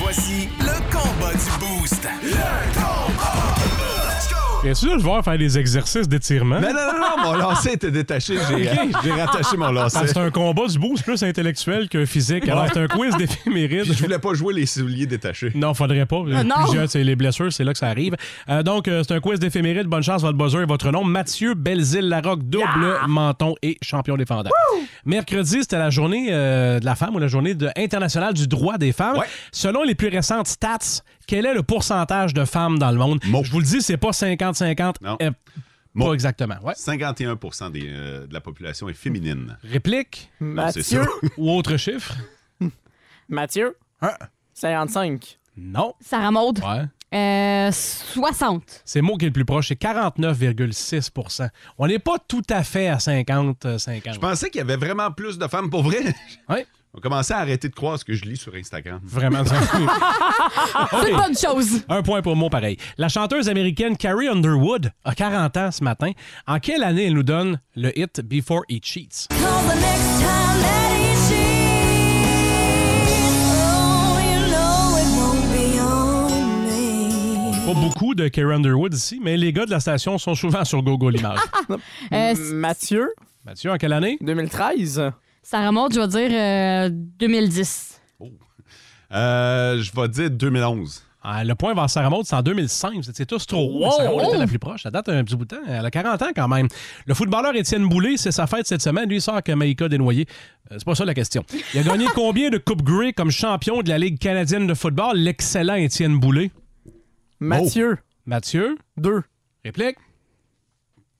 Speaker 13: Voici le combat du Boost. Le
Speaker 6: Bien sûr, je vais faire des exercices d'étirement.
Speaker 3: Non, non, non, non, mon lacet était détaché. J'ai, euh,
Speaker 6: Ok.
Speaker 3: j'ai rattaché mon lacet.
Speaker 6: Ah, C'est un combat du boost plus intellectuel que physique. Alors,
Speaker 3: Ouais.
Speaker 6: c'est un quiz d'éphéméride.
Speaker 3: Je voulais pas jouer les souliers détachés.
Speaker 6: Non, faudrait pas.
Speaker 3: Ah, non.
Speaker 6: Plusieurs, c'est les blessures, c'est là que ça arrive. Euh, donc, euh, c'est un quiz d'éphéméride. Bonne chance, votre buzzer et votre nom. Mathieu Belzile-Larocque, double menton et champion défendant. Mercredi, c'était la journée euh, de la femme ou la journée de- internationale du droit des femmes. Selon les plus récentes stats, quel est le pourcentage de femmes dans le monde? Je vous le dis, c'est pas 50-50. euh, pas exactement. Ouais.
Speaker 3: 51 des, euh, de la population est féminine.
Speaker 6: Réplique?
Speaker 3: Non, c'est ça.
Speaker 5: Mathieu
Speaker 6: ou autre chiffre?
Speaker 5: Mathieu? 55.
Speaker 6: Hein? Non.
Speaker 4: Sarah Maud.
Speaker 6: Ouais.
Speaker 4: Euh, 60.
Speaker 6: C'est mot qui est le plus proche, c'est 49,6 On n'est pas tout à fait à euh, 50-50.
Speaker 3: Je pensais qu'il y avait vraiment plus de femmes pour vrai.
Speaker 6: Oui.
Speaker 3: On commençait à arrêter de croire ce que je lis sur Instagram.
Speaker 6: Vraiment.
Speaker 4: [LAUGHS] Ah, C'est une bonne chose.
Speaker 6: Un point pour moi, pareil. La chanteuse américaine Carrie Underwood a 40 ans ce matin. En quelle année elle nous donne le hit Before He Cheats?
Speaker 8: oh,
Speaker 6: Pas beaucoup de Carrie Underwood ici, mais les gars de la station sont souvent sur Google
Speaker 4: [LAUGHS]
Speaker 6: Images.
Speaker 4: Euh,
Speaker 5: Mathieu?
Speaker 6: Mathieu, en quelle année?
Speaker 5: 2013.
Speaker 4: Sarah Maud, je vais dire euh, 2010.
Speaker 3: Euh, je vais dire 2011.
Speaker 6: Ah, le point vers Sarah Maud, c'est en 2005. C'était tous trop haut. mais
Speaker 3: Wow!
Speaker 6: Sarah Maud était la plus proche. Ça date un petit bout de temps. Elle a 40 ans quand même. Le footballeur Étienne Boulay, c'est sa fête cette semaine. Lui, il sort que Maïka Desnoyers. Euh, c'est pas ça la question. Il a
Speaker 5: [LAUGHS]
Speaker 6: gagné combien de Coupes Grey comme champion de la Ligue canadienne de football? L'excellent Étienne Boulay.
Speaker 5: Mathieu.
Speaker 6: Mathieu.
Speaker 5: Deux.
Speaker 6: Réplique.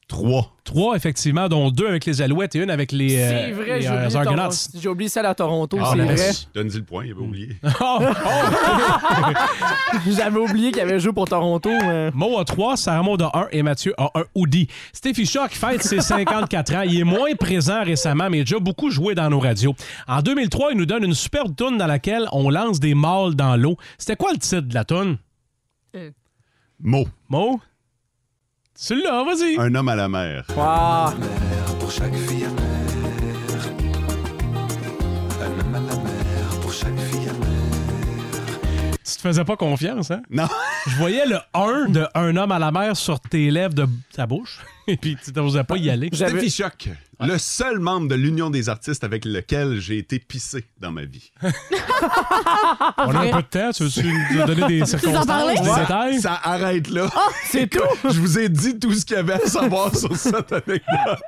Speaker 3: Trois.
Speaker 6: Trois, effectivement, dont deux avec les Alouettes et une avec les, euh,
Speaker 5: C'est vrai,
Speaker 6: les,
Speaker 5: j'ai
Speaker 6: euh,
Speaker 5: oublié,
Speaker 6: Argonauts.
Speaker 5: Toronto. J'ai oublié celle à Toronto,
Speaker 3: Ah,
Speaker 5: c'est
Speaker 3: ben,
Speaker 5: vrai.
Speaker 6: [LAUGHS]
Speaker 3: Donne-y le point, il avait
Speaker 6: Hmm.
Speaker 3: oublié.
Speaker 6: Oh.
Speaker 5: [LAUGHS] J'avais oublié qu'il y avait un jeu pour Toronto. hein.
Speaker 6: Mo a 3, Sarah de a 1 et Mathieu a 1 Oudi. Steffi Shock fête ses 54 ans. Il est moins présent récemment, mais il a déjà beaucoup joué dans nos radios. En 2003, il nous donne une superbe toune dans laquelle on lance des mâles dans l'eau. C'était quoi le titre de la toune?
Speaker 3: Mo.
Speaker 6: Mo? Celui-là, vas-y.
Speaker 3: Un homme à la mer.
Speaker 5: Wow.
Speaker 13: Pour chaque fille amère. Un homme à la mer pour chaque fille
Speaker 4: [LAUGHS]
Speaker 6: Tu te faisais pas confiance, hein?
Speaker 3: Non.
Speaker 6: Je voyais le 1 de Un homme à la mer sur tes lèvres de ta bouche, [LAUGHS] et puis tu n'osais pas y aller.
Speaker 3: Steffi Choc, le seul membre de l'Union des artistes avec lequel j'ai été pissé dans ma vie.
Speaker 5: Ah,
Speaker 6: On a un peu de temps, tu
Speaker 5: [LAUGHS]
Speaker 6: veux-tu nous donner des circonstances, des détails?
Speaker 3: Ça arrête là.
Speaker 5: Ah, c'est tout?
Speaker 3: Je vous ai dit tout ce qu'il y avait à
Speaker 5: [LAUGHS]
Speaker 3: savoir sur cette anecdote.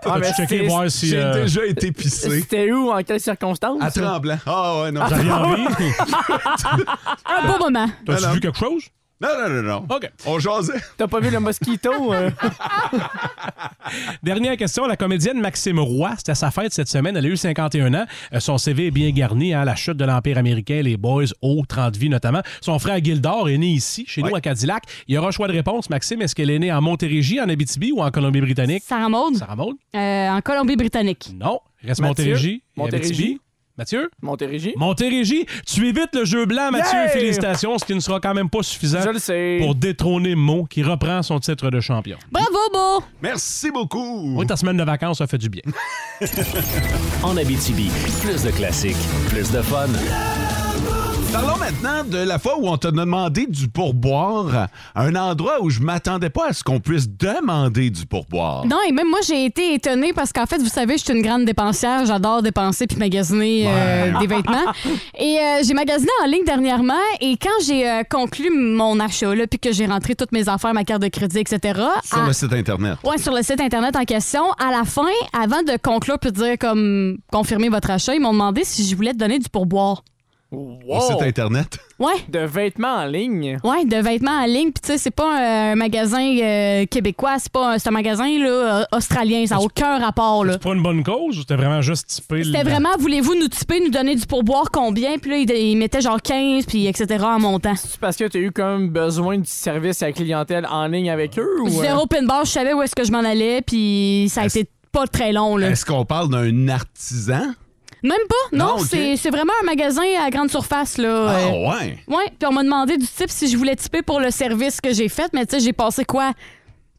Speaker 5: Ah, mais Checker, c'est- voir si,
Speaker 3: J'ai
Speaker 5: euh,
Speaker 3: déjà été pissé.
Speaker 5: C'était où, en quelles circonstances?
Speaker 3: À tremblant. Ah ouais, non.
Speaker 5: Ah, J'avais envie.
Speaker 6: [LAUGHS]
Speaker 4: Un beau moment.
Speaker 3: T'as-tu vu
Speaker 6: quelque chose?
Speaker 3: Non, non, non, non.
Speaker 6: OK.
Speaker 3: On jasait.
Speaker 5: T'as pas vu le mosquito? euh?
Speaker 6: [LAUGHS] Dernière question, la comédienne Maxime Roy, c'était à sa fête cette semaine, elle a eu 51 ans. Euh, son CV est bien garni, hein, la chute de l'Empire américain, les Boys, haut, 30 vies notamment. Son frère Gildor est né ici, chez nous à Cadillac. Il y aura un choix de réponse, Maxime, est-ce qu'elle est née en Montérégie, en Abitibi ou en Colombie-Britannique?
Speaker 4: Sarah Maud.
Speaker 6: Sarah Maud?
Speaker 4: Euh, en Colombie-Britannique.
Speaker 6: Non, reste
Speaker 4: Mathieu.
Speaker 6: Montérégie. et
Speaker 4: Montérégie.
Speaker 6: Abitibi. Mathieu?
Speaker 5: Montérégie.
Speaker 6: Montérégie. Tu évites le jeu blanc, Ah, Mathieu.
Speaker 5: Yeah!
Speaker 6: Félicitations, ce qui ne sera quand même pas suffisant
Speaker 5: Je le sais.
Speaker 6: pour détrôner Mo, qui reprend son titre de champion.
Speaker 4: Bravo, Beau!
Speaker 3: Merci beaucoup.
Speaker 6: Oui, ta semaine de vacances a fait du bien.
Speaker 7: En Abitibi, plus de classiques, plus de fun.
Speaker 3: Parlons maintenant de la fois où on t'a demandé du pourboire à un endroit où je m'attendais pas à ce qu'on puisse demander du pourboire.
Speaker 4: Non, et même moi, j'ai été étonnée parce qu'en fait, vous savez, je suis une grande dépensière. J'adore dépenser puis magasiner euh,
Speaker 3: Ouais.
Speaker 4: des vêtements. Et euh, j'ai magasiné en ligne dernièrement. Et quand j'ai euh, conclu mon achat, là, puis que j'ai rentré toutes mes affaires, ma carte de crédit, etc.,
Speaker 3: Sur
Speaker 5: Ah.
Speaker 4: à-
Speaker 3: le site Internet.
Speaker 4: Ouais, sur le site internet en question. À la fin, avant de conclure puis de dire comme confirmer votre achat, ils m'ont demandé si je voulais te donner du pourboire.
Speaker 5: Wow.
Speaker 3: Au site Internet.
Speaker 4: Ouais.
Speaker 5: De vêtements en ligne.
Speaker 4: Ouais, de vêtements en ligne. Puis tu sais, c'est pas un, un magasin euh, québécois, c'est pas un, c'est un magasin là, euh, australien. Ça n'a aucun rapport. Là.
Speaker 6: C'est pas une bonne cause ou c'était vraiment juste typé?
Speaker 4: C'était
Speaker 6: le-
Speaker 4: vraiment, voulez-vous nous typer, nous donner du pourboire combien? Puis là, ils ils mettaient genre 15, puis etc. en montant.
Speaker 5: C'est parce que t'as eu quand même besoin du service à la clientèle en ligne avec eux? Ou, euh?
Speaker 4: Zéro pin bar, je savais où est-ce que je m'en allais, puis ça a été pas très long. Là.
Speaker 3: Est-ce qu'on parle d'un artisan?
Speaker 4: Même pas, non,
Speaker 3: Non, ok.
Speaker 4: c'est- c'est vraiment un magasin à grande surface. Là,
Speaker 3: Ah
Speaker 4: Euh,
Speaker 3: ouais?
Speaker 4: Ouais, puis on m'a demandé du type si je voulais typer pour le service que j'ai fait, mais tu sais, j'ai passé quoi?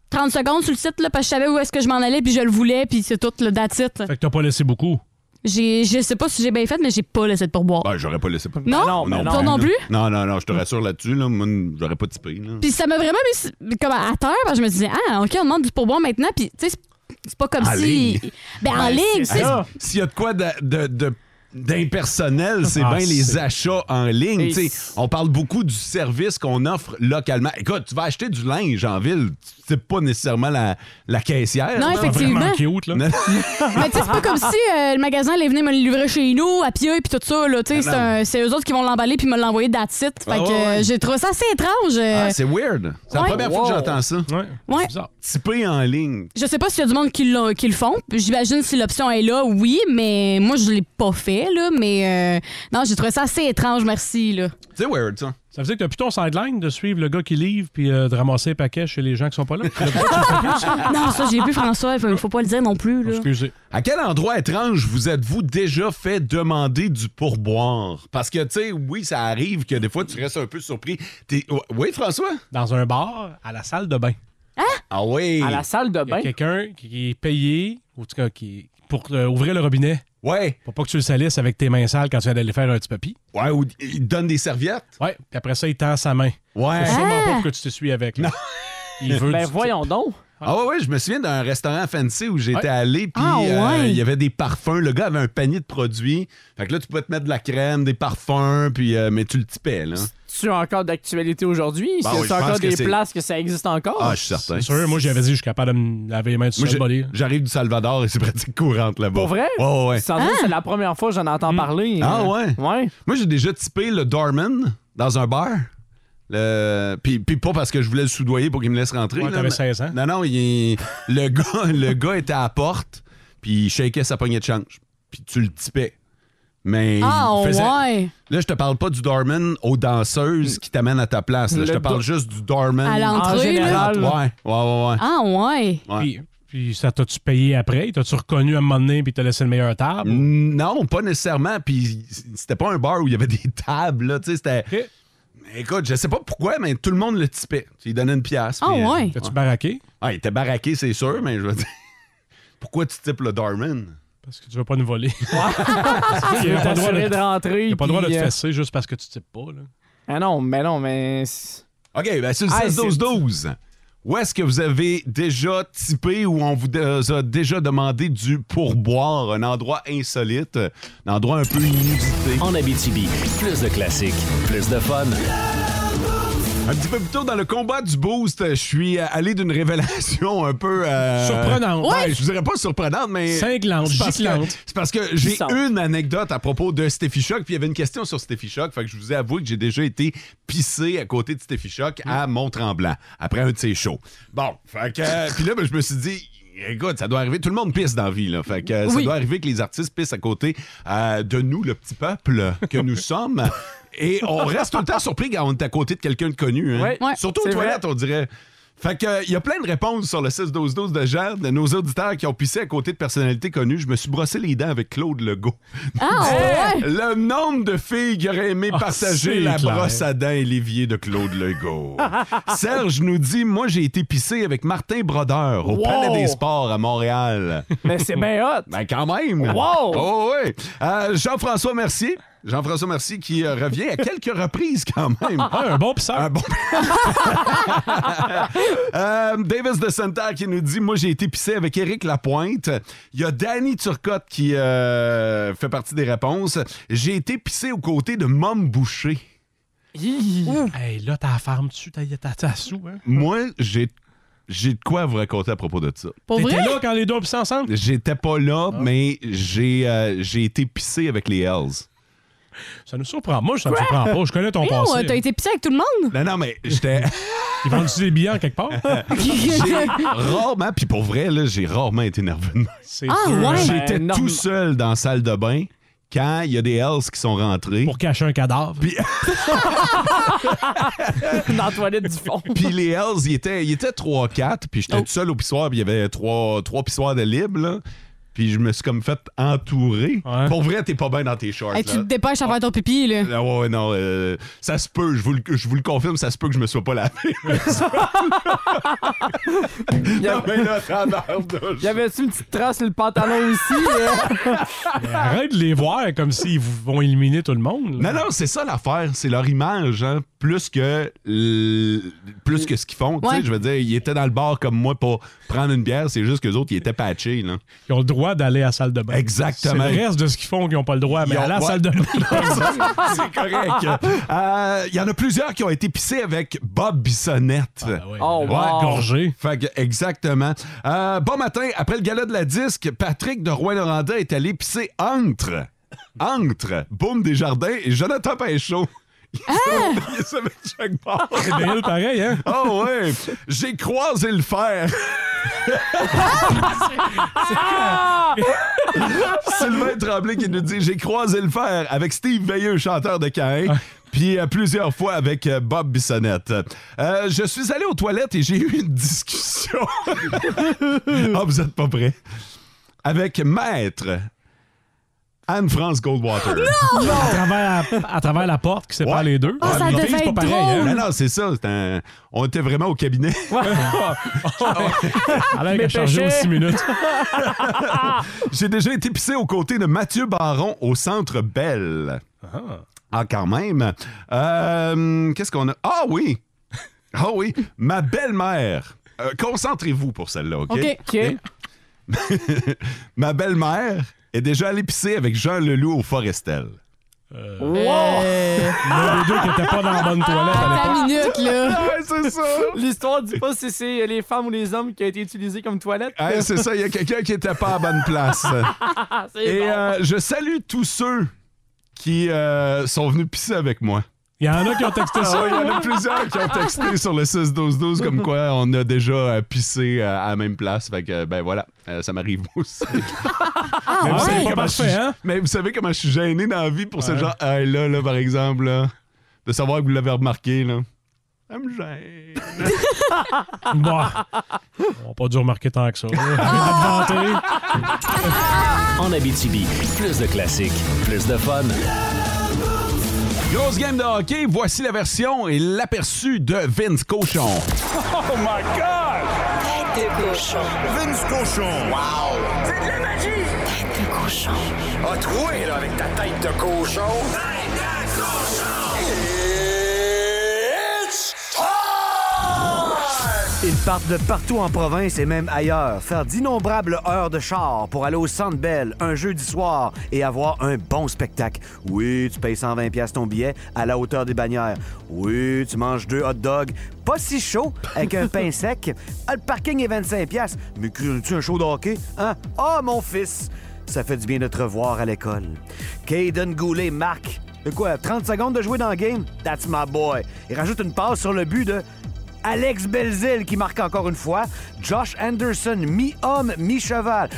Speaker 4: 30 secondes sur le site, là, parce que je savais où est-ce que je m'en allais, puis je le voulais, puis c'est tout, le that's it.
Speaker 6: Fait que t'as pas laissé beaucoup.
Speaker 4: J'ai- Je sais pas si j'ai bien fait, mais j'ai pas laissé de pourboire.
Speaker 3: Ben, j'aurais pas laissé.
Speaker 4: Non?
Speaker 3: non,
Speaker 4: Toi non plus?
Speaker 3: Non, non, non, je te rassure là-dessus. Là, moi, j'aurais pas typé. Là.
Speaker 4: Puis ça m'a vraiment mis s- comme à terre parce que je me disais ah OK on demande du pourboire maintenant puis tu sais c'est- c'est pas comme
Speaker 3: En
Speaker 4: si
Speaker 3: ligne.
Speaker 4: ben en ligne tu sais,
Speaker 3: Hey, S'il y a de quoi de- de- de- d'impersonnel, c'est
Speaker 6: Ah,
Speaker 3: bien les
Speaker 6: c'est-
Speaker 3: achats en ligne.
Speaker 5: Et
Speaker 3: tu sais.
Speaker 5: c'est-
Speaker 3: on parle beaucoup du service qu'on offre localement. Écoute, tu vas acheter du linge en ville, c'est pas nécessairement la, la caissière.
Speaker 4: Non,
Speaker 3: là.
Speaker 4: effectivement. Vraiment
Speaker 3: [LAUGHS]
Speaker 6: cute, là.
Speaker 3: Non,
Speaker 4: mais tu sais c'est pas comme si euh, le magasin allait venir me le livrer chez nous à pied puis tout ça là tu sais c'est
Speaker 3: Ah, non.
Speaker 4: un- c'est eux autres qui vont l'emballer puis me l'envoyer that's it fait que
Speaker 3: Ah,
Speaker 4: euh,
Speaker 3: ouais, ouais.
Speaker 4: j'ai trouvé ça assez étrange euh,
Speaker 3: Ah, c'est weird. C'est
Speaker 4: Ouais.
Speaker 3: la première fois
Speaker 5: Wow.
Speaker 3: que j'entends ça.
Speaker 6: Ouais.
Speaker 4: ouais
Speaker 6: Bizarre.
Speaker 3: Typé en ligne.
Speaker 4: je sais pas s'il y a du monde qui, l'a- qui le font j'imagine si l'option est là oui mais moi je l'ai pas fait là mais euh, non j'ai trouvé ça assez étrange merci
Speaker 3: [LAUGHS]
Speaker 4: là
Speaker 3: C'est weird, ça.
Speaker 6: Ça veut dire que t'as plus ton sideline de suivre le gars qui livre puis euh, de ramasser un paquet chez les gens qui sont
Speaker 5: [LAUGHS]
Speaker 6: pas là. Tu l'as pas fait?
Speaker 4: non ça j'ai vu François faut faut pas le dire non plus là
Speaker 6: Excusez.
Speaker 3: À quel endroit étrange vous êtes-vous déjà fait demander du pourboire? Parce que, tu sais, oui, ça arrive que des fois, tu restes un peu surpris. T'es- Oui, François?
Speaker 6: Dans un bar, à la salle de bain.
Speaker 4: Hein?
Speaker 3: Ah oui.
Speaker 5: À la salle de
Speaker 6: Il y a
Speaker 5: bain.
Speaker 6: quelqu'un qui est payé, ou en tout cas, qui, pour euh, ouvrir le robinet.
Speaker 3: Ouais.
Speaker 6: Pour pas que tu le salisses avec tes mains sales quand tu viens d'aller faire un petit papy.
Speaker 3: Ouais, ou il te donne des serviettes.
Speaker 6: Ouais. Puis après ça, il tend sa main.
Speaker 3: Ouais.
Speaker 6: C'est
Speaker 3: Ah,
Speaker 6: sûrement pas pour que tu t'essuies avec. là. Il veut
Speaker 5: [LAUGHS] Ben
Speaker 6: du-
Speaker 5: voyons donc.
Speaker 3: Ah ouais, ouais, je me souviens d'un restaurant fancy où j'étais
Speaker 6: Ouais.
Speaker 3: allé, puis
Speaker 4: Ah,
Speaker 3: euh,
Speaker 4: ouais.
Speaker 3: il y avait des parfums. Le gars avait un panier de produits. Fait que là, tu pouvais te mettre de la crème, des parfums, puis euh, mais tu le typais, là.
Speaker 5: Tu es encore d'actualité aujourd'hui?
Speaker 3: Ben
Speaker 5: c'est
Speaker 3: oui, je pense
Speaker 5: encore
Speaker 3: que
Speaker 5: des
Speaker 3: c'est-
Speaker 5: places que ça existe encore?
Speaker 3: Ah, je suis certain.
Speaker 6: C'est sûr, moi j'avais dit je suis capable de me laver les mains tout
Speaker 3: Moi,
Speaker 6: seul,
Speaker 3: j'ai-
Speaker 6: body.
Speaker 3: j'arrive du Salvador et c'est [LAUGHS] pratique courante là-bas.
Speaker 5: Pour vrai?
Speaker 3: Ah, Ouais, ouais, ouais.
Speaker 5: Sans
Speaker 6: Ah.
Speaker 5: dire, c'est la première
Speaker 6: Hmm.
Speaker 5: fois que j'en entends parler.
Speaker 3: Ah,
Speaker 5: Euh,
Speaker 3: ouais?
Speaker 5: Ouais.
Speaker 3: Moi, j'ai déjà typé le doorman dans un bar. Le- Puis, puis pas parce que je voulais le soudoyer pour qu'il me laisse rentrer.
Speaker 6: Ouais,
Speaker 3: là,
Speaker 6: t'avais
Speaker 3: mais-
Speaker 6: 16 ans.
Speaker 3: Non, non, il- le, [LAUGHS] gars, le gars était à la porte, puis il shakeait sa poignée de change. Puis tu le tipais. Mais. il
Speaker 4: Ah,
Speaker 3: faisait-
Speaker 4: ouais.
Speaker 3: Là, je te parle pas du doorman aux danseuses qui t'amènent à ta place. là.
Speaker 6: Le
Speaker 3: Je te parle
Speaker 6: do-
Speaker 3: juste du doorman.
Speaker 4: À l'entrée, En général, là.
Speaker 3: Ouais, ouais, ouais. ouais.
Speaker 4: Ah, ouais.
Speaker 6: Puis, puis ça t'a-tu payé après? T'as-tu reconnu à un moment donné puis t'as laissé le meilleur table?
Speaker 3: Non, pas nécessairement. Puis c'était pas un bar où il y avait [LAUGHS] des tables. Là, tu sais, c'était. Écoute, je sais pas pourquoi, mais tout le monde le typait. Il donnait une pièce.
Speaker 4: Ah
Speaker 3: puis, euh,
Speaker 4: ouais.
Speaker 6: T'as-tu baraqué?
Speaker 3: Ah, il était baraqué, c'est sûr, mais je veux dire. [LAUGHS] Pourquoi tu types le Darman?
Speaker 6: Parce que tu veux pas nous
Speaker 5: [LAUGHS]
Speaker 6: voler.
Speaker 5: [LAUGHS]
Speaker 6: [LAUGHS]
Speaker 5: Tu
Speaker 6: pas
Speaker 5: veux
Speaker 6: le droit
Speaker 5: t'assurer de rentrer,
Speaker 6: Il a pas le droit de
Speaker 5: puis,
Speaker 6: te
Speaker 5: euh,
Speaker 6: fesser juste parce que tu types pas. Là.
Speaker 5: Ah non, mais non, mais. c'est-
Speaker 3: OK, ben sur le
Speaker 5: Ah, [LAUGHS]
Speaker 3: 16-12-12, où est-ce que vous avez déjà typé ou on vous de- euh, a déjà demandé du pourboire, un endroit insolite, un endroit un peu inusité?
Speaker 7: En Abitibi, plus de classiques, plus de fun.
Speaker 3: Un petit peu plus tôt dans le combat du boost, je suis euh, allé d'une révélation un peu... euh,
Speaker 6: Surprenante.
Speaker 3: Ouais, je vous dirais pas surprenante, mais...
Speaker 6: Cinglante,
Speaker 3: C'est parce que-
Speaker 6: giclante.
Speaker 3: C'est parce que j'ai
Speaker 6: Puissante.
Speaker 3: une anecdote à propos de Steffi Shock, puis il y avait une question sur Steffi Shock, fait que je vous ai avoué que j'ai déjà été pissé à côté de Steffi Shock
Speaker 5: Mm.
Speaker 3: à Mont-Tremblant, après un de ses shows. Bon, fait que... euh, puis là, ben, je me suis dit... Écoute, ça doit arriver. Tout le monde pisse dans la vie, là. Fait que euh, ça
Speaker 6: Oui.
Speaker 3: doit arriver que les artistes pissent à côté euh, de nous, le petit peuple que
Speaker 5: [LAUGHS]
Speaker 3: nous sommes. Et on reste tout le temps surpris quand on est à côté de quelqu'un de connu. hein.
Speaker 5: Ouais. Ouais,
Speaker 3: Surtout aux
Speaker 5: c'est
Speaker 3: toilettes, on dirait. Fait que, il y a plein de réponses sur le 6-12-12 de gens, de nos auditeurs qui ont pissé à côté de personnalités connues. Je me suis brossé les dents avec Claude Legault. [LAUGHS]
Speaker 8: Ah, ouais?
Speaker 3: Le nombre de filles qui auraient aimé
Speaker 8: Ah,
Speaker 3: partager
Speaker 8: c'est
Speaker 3: la
Speaker 8: clair.
Speaker 3: brosse à dents et l'évier de Claude
Speaker 5: [LAUGHS]
Speaker 3: Legault. Serge nous dit Moi, j'ai été pissé avec Martin Brodeur au
Speaker 8: Wow!
Speaker 3: Palais des Sports à Montréal.
Speaker 5: Mais c'est bien hot.
Speaker 3: Ben, quand même.
Speaker 5: Wow!
Speaker 3: Oh, ouais. Euh, Jean-François Mercier. Jean-François Mercier qui euh, revient à quelques reprises quand même.
Speaker 6: un bon pisseur.
Speaker 3: Un bon
Speaker 6: [LAUGHS]
Speaker 3: euh, Davis de Santa qui nous dit Moi, j'ai été pissé avec Éric Lapointe. Il y a Danny Turcotte qui euh, fait partie des réponses. J'ai été pissé aux côtés de Mom Boucher.
Speaker 6: Hey, là, t'as la ferme dessus, t'as t'as- t'as la sous. Hein?
Speaker 3: Moi, j'ai j'ai de quoi vous raconter à propos de ça.
Speaker 6: T'étais là quand les deux ont pissé ensemble?
Speaker 3: J'étais pas là,
Speaker 6: Ah.
Speaker 3: mais j'ai euh, j'ai été pissé avec les Hells.
Speaker 6: Ça nous surprend. Moi, ça me surprend pas. Je connais ton
Speaker 4: Eh
Speaker 6: passé.
Speaker 4: ouais, T'as été pissé avec tout le monde?
Speaker 3: Non, non, mais
Speaker 4: [LAUGHS]
Speaker 3: j'étais.
Speaker 6: Ils vendent-tu des billets en quelque part?
Speaker 3: [LAUGHS] J'ai rarement, puis pour vrai, là, j'ai rarement été nerveux. de même.
Speaker 6: C'est Ah, sûr. ouais?
Speaker 3: J'étais
Speaker 6: Ben, norm-
Speaker 3: tout seul dans la salle de bain quand il y a des Hells qui sont rentrés. Pour
Speaker 6: cacher un cadavre.
Speaker 4: [LAUGHS]
Speaker 3: Puis,
Speaker 5: Dans la toilette du fond.
Speaker 3: [LAUGHS] puis les Hells, ils étaient, ils étaient 3-4, puis
Speaker 4: Oh.
Speaker 3: j'étais tout seul au pissoir, puis il y avait trois, trois pissoirs de libre, là. Puis je me suis comme fait entourer. Pour vrai, t'es pas bien dans tes shorts.
Speaker 4: Hey, tu
Speaker 3: là.
Speaker 4: te dépêches à faire ton pipi, là.
Speaker 3: Ah ouais, ouais, non, euh, ça se peut, je vous, le, je vous le confirme, ça se peut que je me sois pas lavé.
Speaker 6: [LAUGHS]
Speaker 3: Non, [LAUGHS] mais là, t'as l'air de-
Speaker 5: Y avait-tu une petite trace sur le pantalon hein? ici?
Speaker 3: [LAUGHS]
Speaker 5: là?
Speaker 6: Mais Arrête de les voir comme s'ils vous- vont éliminer tout le monde.
Speaker 3: Non, non, c'est ça l'affaire. C'est leur image, hein, plus que l- plus que ce qu'ils font. Tu sais,
Speaker 6: Ouais.
Speaker 3: Je veux dire, ils étaient dans le bar comme moi pour prendre une bière. C'est juste que les autres, ils étaient patchés. Là.
Speaker 6: Ils ont le droit d'aller à la salle de bain.
Speaker 3: Exactement.
Speaker 6: C'est le reste de ce qu'ils font qu'ils n'ont pas le droit, mais
Speaker 3: Ils ont-
Speaker 6: aller à la
Speaker 3: ouais.
Speaker 6: salle de bain. [LAUGHS]
Speaker 3: c'est correct. [LAUGHS] Euh, Il y en a plusieurs qui ont été pissés avec Bob Bissonnette.
Speaker 6: Oh, wow. Gorgé.
Speaker 3: Fait que, exactement. Euh, bon matin, après le gala de la disque, Patrick de Rouen-Noranda est allé pisser entre, entre Boum Desjardins et Jonathan Pinchot. Il se met de chaque bord.
Speaker 6: Ah, C'est débile pareil, hein?
Speaker 3: Oh ouais! J'ai croisé
Speaker 6: [LAUGHS]
Speaker 3: le fer!
Speaker 8: Ah!
Speaker 6: Ah!
Speaker 3: [LAUGHS] Sylvain Tremblay qui nous dit J'ai croisé le fer avec Steve Veilleux, chanteur de Caïn, puis euh, plusieurs fois avec euh, Bob Bissonnette. Euh, je suis allé aux toilettes et j'ai eu une
Speaker 6: [LAUGHS]
Speaker 3: discussion. Ah, vous êtes pas prêts? Avec Maître Anne-France Goldwater.
Speaker 6: À travers la, à travers la porte qui sépare les deux.
Speaker 3: Ah,
Speaker 6: Les filles, c'est pas pareil, hein?
Speaker 3: Non, non, c'est ça. c'est un- On était vraiment au cabinet. [LAUGHS]
Speaker 6: Alain qui Ah, a chargé aux six minutes.
Speaker 3: J'ai déjà été pissé aux côtés de Mathieu Baron au Centre Belle. Ah, quand même. Euh, Qu'est-ce qu'on a? Ah oui! Ah oui! Ma belle-mère. Euh, Concentrez-vous pour celle-là, OK?
Speaker 8: OK. OK.
Speaker 3: OK. [LAUGHS] Ma belle-mère est déjà allée pisser avec Jean Leloup au Forestel.
Speaker 4: Euh.
Speaker 6: L'un des Euh, deux qui n'était pas dans la bonne toilette à l'époque.
Speaker 4: minute, là.
Speaker 3: [LAUGHS] Ouais, c'est ça.
Speaker 5: L'histoire dit pas si c'est les femmes ou les hommes qui a été utilisé comme toilette.
Speaker 3: Hey, c'est ça, il y a quelqu'un qui n'était pas à bonne place.
Speaker 5: Ah, [LAUGHS] c'est
Speaker 3: Et
Speaker 5: bon.
Speaker 3: euh, je salue tous ceux qui euh, sont venus pisser avec moi.
Speaker 6: Il y en a qui ont texté ça.
Speaker 3: Ah ouais, il y en a plusieurs qui ont
Speaker 6: [LAUGHS]
Speaker 3: texté sur le 6-12-12 comme quoi on a déjà euh, pissé euh, à la même place. Fait que, euh, ben voilà, euh, ça m'arrive aussi.
Speaker 8: Ah,
Speaker 3: mais, vous savez
Speaker 6: Ah ouais?
Speaker 3: comment
Speaker 6: Pas
Speaker 3: je suis-
Speaker 6: parfait, hein?
Speaker 3: mais vous savez comment je suis gêné dans la vie pour ce
Speaker 6: Ouais.
Speaker 3: genre, Hey, là, là, par exemple, là, de savoir que vous l'avez remarqué, là. Ça me gêne.
Speaker 6: Bon. On n'a pas dû remarquer tant
Speaker 4: [LAUGHS]
Speaker 6: que ça. Arrêtez de
Speaker 3: Ah,
Speaker 6: vanter.
Speaker 7: En Abitibi, plus de classiques, plus de fun.
Speaker 3: Grosse game de hockey, voici la version et l'aperçu de Vince Cochon.
Speaker 8: [LAUGHS] Oh my God! Tête de cochon. Vince cochon. Wow! C'est de la magie! Tête de cochon. A troué, là, avec ta tête de cochon. Tête de cochon!
Speaker 14: Ils partent de partout en province et même ailleurs, faire d'innombrables heures de char pour aller au Centre Bell un jeudi soir et avoir un bon spectacle. Oui, tu payes 120 pièces ton billet à la hauteur des bannières. Oui, tu manges deux hot dogs, pas si chaud, avec un pain sec. Ah, le parking est 25 pièces. Mais crées-tu un show de hockey? Hein? Ah, mon fils! Ça fait du bien de te revoir à l'école. Caden Goulet marque. De quoi? 30 secondes de jouer dans le game? That's my boy. Il rajoute une passe sur le but de Alex Belzil qui marque encore une fois. Josh Anderson, mi-homme, mi-cheval.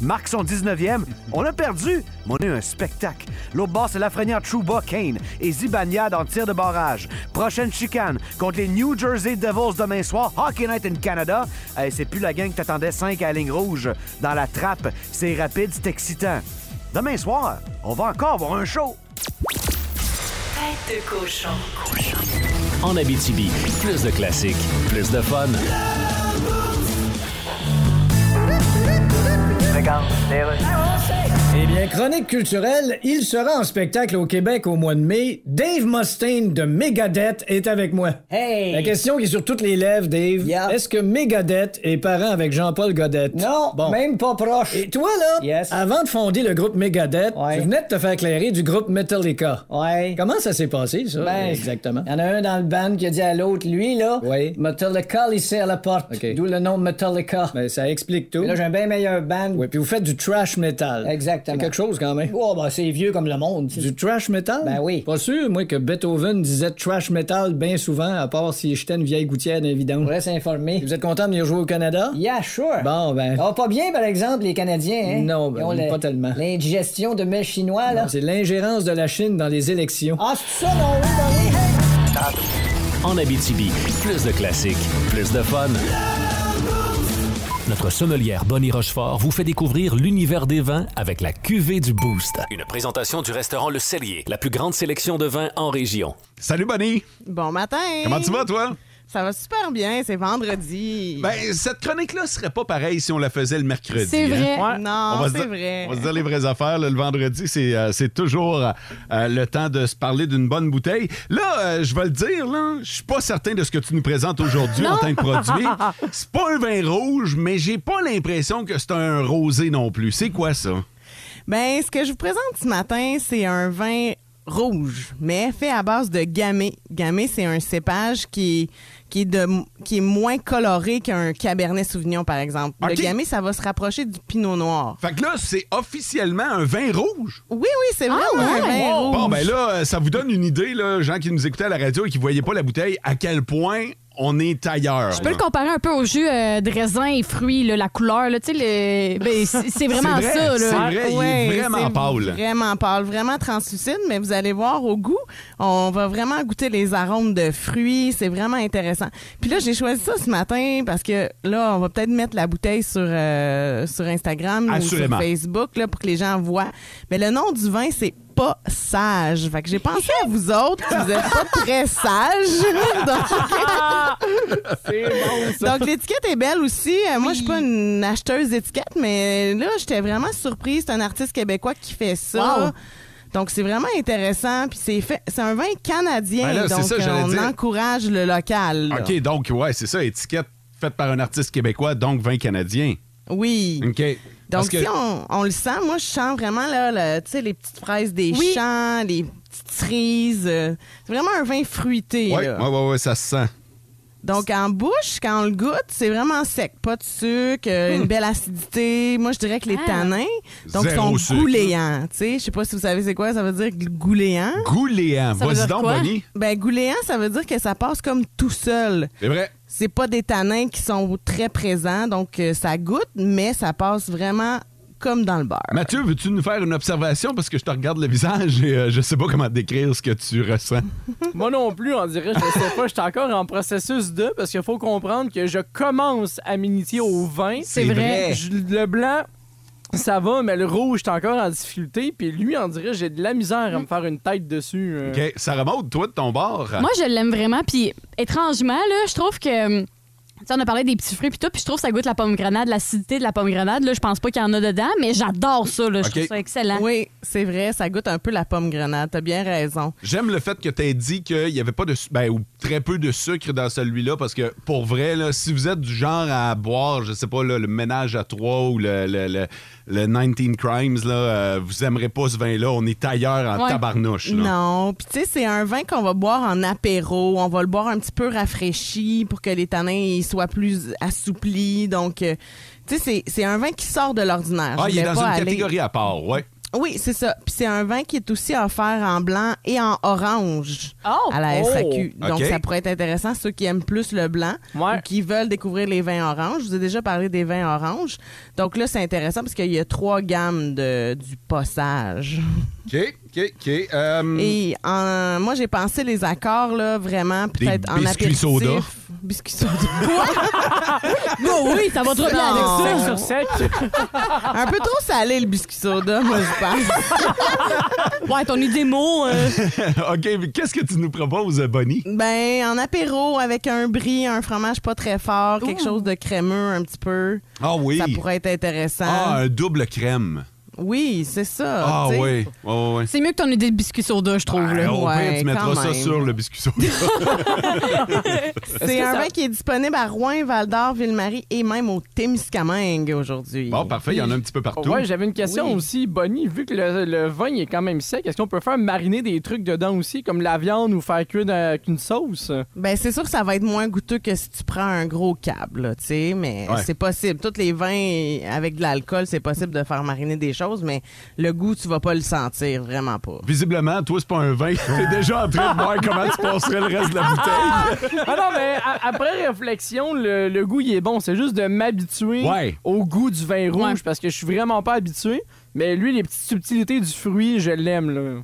Speaker 14: Marque son 19e. On a perdu, mais on a eu un spectacle. L'autre bord, c'est Lafrenière Trouba, Kane et Zibanejad en tir de barrage. Prochaine chicane contre les New Jersey Devils demain soir, Hockey Night in Canada. Hey, c'est plus la gang que t'attendais 5 à la ligne rouge dans la trappe. C'est rapide, c'est excitant. Demain soir, on va encore avoir un show.
Speaker 8: Tête de cochon.
Speaker 7: En Abitibi, plus de classiques, plus de fun.
Speaker 9: Eh bien, chronique culturelle, il sera en spectacle au Québec au mois de mai. Dave Mustaine de Megadeth est avec moi.
Speaker 15: Hey!
Speaker 9: La question qui est sur toutes les lèvres, Dave.
Speaker 15: Yeah.
Speaker 9: Est-ce que Megadeth est parent avec Jean-Paul Godette?
Speaker 15: Non, même pas proche.
Speaker 9: Et toi, là,
Speaker 15: Yes.
Speaker 9: avant de fonder le groupe Megadeth, tu venais de te faire éclairer du groupe Metallica.
Speaker 15: Ouais.
Speaker 9: Comment ça s'est passé, ça,
Speaker 15: Ben,
Speaker 9: exactement?
Speaker 15: Il y en a un dans le band qui a dit à l'autre, lui, là, Metallica, il serre la porte. D'où le nom Metallica.
Speaker 9: Ben, ça explique tout.
Speaker 15: Mais là, j'ai un bien meilleur band.
Speaker 9: Ouais, puis vous faites du trash metal.
Speaker 15: Exactement.
Speaker 9: C'est quelque chose quand même.
Speaker 15: Oh, ben, c'est vieux comme le monde.
Speaker 9: Du trash metal?
Speaker 15: Ben oui.
Speaker 9: Pas sûr, moi, que Beethoven disait trash metal bien souvent, à part si j'étais une vieille gouttière d'invidence. On
Speaker 15: pourrait s'informer.
Speaker 9: Vous êtes content de venir jouer au Canada?
Speaker 15: Yeah, sure.
Speaker 9: Bon, ben.
Speaker 15: Ah, pas bien, par exemple, les Canadiens, hein?
Speaker 9: Non, ben,
Speaker 15: Ils ont le-
Speaker 9: pas tellement.
Speaker 15: L'indigestion de mets chinois, là.
Speaker 9: Non, C'est l'ingérence de la Chine dans les élections.
Speaker 15: Ah, c'est ça, non, oui, dans les-
Speaker 7: En Abitibi, plus de classiques, plus de fun. Notre sommelière Bonnie Rochefort vous fait découvrir l'univers des vins avec la cuvée du Boost. Une présentation du restaurant Le Cellier, la plus grande sélection de vins en région.
Speaker 3: Salut Bonnie!
Speaker 16: Bon matin!
Speaker 3: Comment tu vas, toi?
Speaker 16: Ça va super bien, c'est vendredi.
Speaker 3: Ben, cette chronique-là serait pas pareille si on la faisait le mercredi.
Speaker 16: C'est vrai.
Speaker 3: hein?
Speaker 16: Ouais.
Speaker 3: On
Speaker 16: Non,
Speaker 3: va se
Speaker 16: c'est
Speaker 3: dire-
Speaker 16: vrai.
Speaker 3: On va se dire les vraies affaires. là, le vendredi, c'est euh, c'est toujours euh, euh, le temps de se parler d'une bonne bouteille. Là, euh, je vais le dire, là, je suis pas certain de ce que tu nous présentes aujourd'hui
Speaker 16: Non.
Speaker 3: en tant que produit.
Speaker 16: [LAUGHS]
Speaker 3: C'est pas un vin rouge, mais j'ai pas l'impression que c'est un rosé non plus. C'est quoi ça?
Speaker 16: Ben, ce que je vous présente ce matin, c'est un vin rouge, mais fait à base de gamay. Gamay, c'est un cépage qui est, qui est, de, qui est moins coloré qu'un cabernet sauvignon, par exemple.
Speaker 3: Ok.
Speaker 16: Le gamay, ça va se rapprocher du pinot noir.
Speaker 3: Fait que là, c'est officiellement un vin rouge.
Speaker 16: Oui, oui, c'est vraiment un vin rouge.
Speaker 3: Bon, ben là, euh, ça vous donne une idée, là, gens qui nous écoutaient à la radio et qui voyaient pas la bouteille, à quel point on est ailleurs.
Speaker 4: Je peux
Speaker 3: là.
Speaker 4: le comparer un peu au jus euh, de raisin et fruits, là, la couleur, là, tu sais, le-
Speaker 3: [LAUGHS]
Speaker 4: ben, c'est c'est vraiment
Speaker 3: C'est vrai,
Speaker 4: ça. là.
Speaker 3: c'est vrai, il est
Speaker 16: Ouais,
Speaker 3: vraiment
Speaker 16: c'est
Speaker 3: pâle.
Speaker 16: Vraiment pâle, vraiment translucide, mais vous allez voir au goût, on va vraiment goûter les arômes de fruits, c'est vraiment intéressant. Puis là, j'ai choisi ça ce matin parce que là, on va peut-être mettre la bouteille sur euh, sur Instagram
Speaker 8: Assurément.
Speaker 16: ou sur Facebook là, pour que les gens voient. Mais le nom du vin, c'est pas sage. Fait que j'ai pensé à vous autres, que vous êtes pas très sages. [LAUGHS] Donc-
Speaker 8: ça.
Speaker 16: Donc l'étiquette est belle aussi. Euh, Moi, je suis pas une acheteuse d'étiquettes, mais là, j'étais vraiment surprise. C'est un artiste québécois qui fait ça.
Speaker 8: Wow.
Speaker 16: Donc c'est vraiment intéressant. Puis c'est fait, c'est un vin canadien.
Speaker 3: Ben là, c'est
Speaker 16: donc
Speaker 3: ça,
Speaker 16: euh,
Speaker 3: j'allais
Speaker 16: on
Speaker 3: dire.
Speaker 16: encourage le local. là.
Speaker 3: OK, donc, ouais, c'est ça, étiquette faite par un artiste québécois, donc vin canadien.
Speaker 16: Oui.
Speaker 3: OK.
Speaker 16: Donc si on, on le sent, moi je sens vraiment là, le- tu sais, les petites fraises des champs, les petites cerises. euh, C'est vraiment un vin fruité.
Speaker 3: Oui, ouais,
Speaker 16: là.
Speaker 3: ouais, ouais, ça se sent.
Speaker 16: Donc, en bouche, quand on le goûte, c'est vraiment sec. Pas de sucre, euh,
Speaker 11: Hmm.
Speaker 16: une belle acidité. Moi, je dirais que les
Speaker 11: Ah.
Speaker 16: tanins, donc,
Speaker 3: Zéro
Speaker 16: sont
Speaker 3: sucre.
Speaker 16: gouléants. Tu sais, je sais pas si vous savez c'est quoi, ça veut dire gouléant.
Speaker 3: Gouléant.
Speaker 16: Ça veut
Speaker 3: Ah, Vas-y
Speaker 16: dire
Speaker 3: donc,
Speaker 16: quoi?
Speaker 3: Bonnie.
Speaker 16: Ben, gouléant, ça veut dire que ça passe comme tout seul.
Speaker 3: C'est vrai.
Speaker 16: C'est pas des tanins qui sont très présents, donc euh, ça goûte, mais ça passe vraiment comme dans le beurre.
Speaker 3: Mathieu, veux-tu nous faire une observation? Parce que je te regarde le visage et euh, je sais pas comment décrire ce que tu
Speaker 16: [LAUGHS]
Speaker 3: ressens.
Speaker 5: Moi non plus, on dirait, je sais pas, je suis encore en processus de, parce qu'il faut comprendre que je commence à m'initier au vin.
Speaker 3: C'est vrai.
Speaker 5: Je- le blanc, ça va, mais le rouge, je suis encore en difficulté. Puis lui, on dirait, j'ai de la misère à me faire une tête dessus. euh.
Speaker 3: OK. Ça remonte, toi, de ton bord.
Speaker 4: Moi, je l'aime vraiment. Puis, étrangement, là, je trouve que. hum, Tu sais, on a parlé des petits fruits puis tout, puis je trouve que ça goûte la pomme grenade, l'acidité de la pomme grenade. Là, je pense pas qu'il y en a dedans, mais j'adore ça. Là, Je
Speaker 3: Ok.
Speaker 4: trouve ça excellent.
Speaker 16: Oui, c'est vrai, ça goûte un peu la pomme grenade. T'as bien raison.
Speaker 3: J'aime le fait que tu aies dit qu'il n'y avait pas de su- ben, ou très peu de sucre dans celui-là, parce que pour vrai, là, si vous êtes du genre à boire, je sais pas, là, le ménage à trois ou le, le, le- le 19 Crimes, là, euh, vous aimerez pas ce vin-là. On est ailleurs en
Speaker 16: Ouais.
Speaker 3: tabarnouche. Là.
Speaker 16: Non, puis tu sais, c'est un vin qu'on va boire en apéro. On va le boire un petit peu rafraîchi pour que les tanins ils soient plus assouplis. Donc, euh, tu sais, c'est- c'est un vin qui sort de l'ordinaire.
Speaker 3: Ah,
Speaker 16: Je
Speaker 3: il est
Speaker 16: voulais
Speaker 3: dans une
Speaker 16: pas aller-
Speaker 3: catégorie à part, ouais.
Speaker 16: Oui, c'est ça. Puis c'est un vin qui est aussi offert en blanc et en orange
Speaker 5: Oh!
Speaker 16: à la
Speaker 5: Oh!
Speaker 16: SAQ. Donc
Speaker 5: OK.
Speaker 16: ça pourrait être intéressant ceux qui aiment plus le blanc ou qui veulent découvrir les vins oranges. Je vous ai déjà parlé des vins oranges. Donc là, c'est intéressant parce qu'il y a trois gammes de, du passage.
Speaker 3: OK, OK, OK. euh,
Speaker 16: Et en- moi, j'ai pensé les accords, là, vraiment,
Speaker 3: Des
Speaker 16: peut-être en
Speaker 3: biscuits
Speaker 16: apéritif.
Speaker 3: soda.
Speaker 16: Biscuits soda. [LAUGHS] Non,
Speaker 4: Oh oui, ça va trop bien avec ça. Sec sur
Speaker 5: sec.
Speaker 16: Un peu trop salé, le biscuit soda, moi, je pense.
Speaker 4: ouais, ton idée mot.
Speaker 16: hein.
Speaker 3: [LAUGHS] OK, mais qu'est-ce que tu nous proposes, Bonnie?
Speaker 16: Ben, en apéro, avec un brie, un fromage pas très fort, quelque chose de crémeux un petit peu.
Speaker 3: Ah oui.
Speaker 16: Ça pourrait être intéressant.
Speaker 3: Ah, un double crème.
Speaker 16: Oui, c'est ça.
Speaker 3: Ah
Speaker 16: tu
Speaker 3: oui.
Speaker 16: sais.
Speaker 3: Ouais, ouais, ouais.
Speaker 4: C'est mieux que ton idée de biscuit soda, je trouve.
Speaker 3: Ben,
Speaker 4: là.
Speaker 3: au pire, tu mettras ça sur le biscuit soda.
Speaker 16: C'est un vin qui est disponible à Rouen, Val-d'Or, Ville-Marie et même au Témiscamingue aujourd'hui.
Speaker 3: Bon, parfait, il y en a un petit peu
Speaker 16: Oh.
Speaker 3: partout.
Speaker 5: Ouais, j'avais une question
Speaker 16: Oui.
Speaker 5: aussi, Bonnie. Vu que le, le vin il est quand même sec, est-ce qu'on peut faire mariner des trucs dedans aussi, comme la viande ou faire cuire dans- avec une sauce?
Speaker 16: Ben, c'est sûr que ça va être moins goûteux que si tu prends un gros câble, là, tu sais, mais
Speaker 5: Ouais.
Speaker 16: c'est possible. Tous les vins avec de l'alcool, c'est possible de faire mariner des choses, mais le goût, tu vas pas le sentir, vraiment pas.
Speaker 3: Visiblement, toi, c'est pas un vin.
Speaker 16: Oh.
Speaker 3: T'es déjà en train de voir comment tu passerais le reste de la bouteille.
Speaker 5: ah non, mais a- après réflexion, le, le goût, il est bon. C'est juste de m'habituer
Speaker 3: Ouais.
Speaker 5: au goût du vin rouge parce que je suis vraiment pas habitué. Mais lui, les petites subtilités du fruit, je l'aime. là.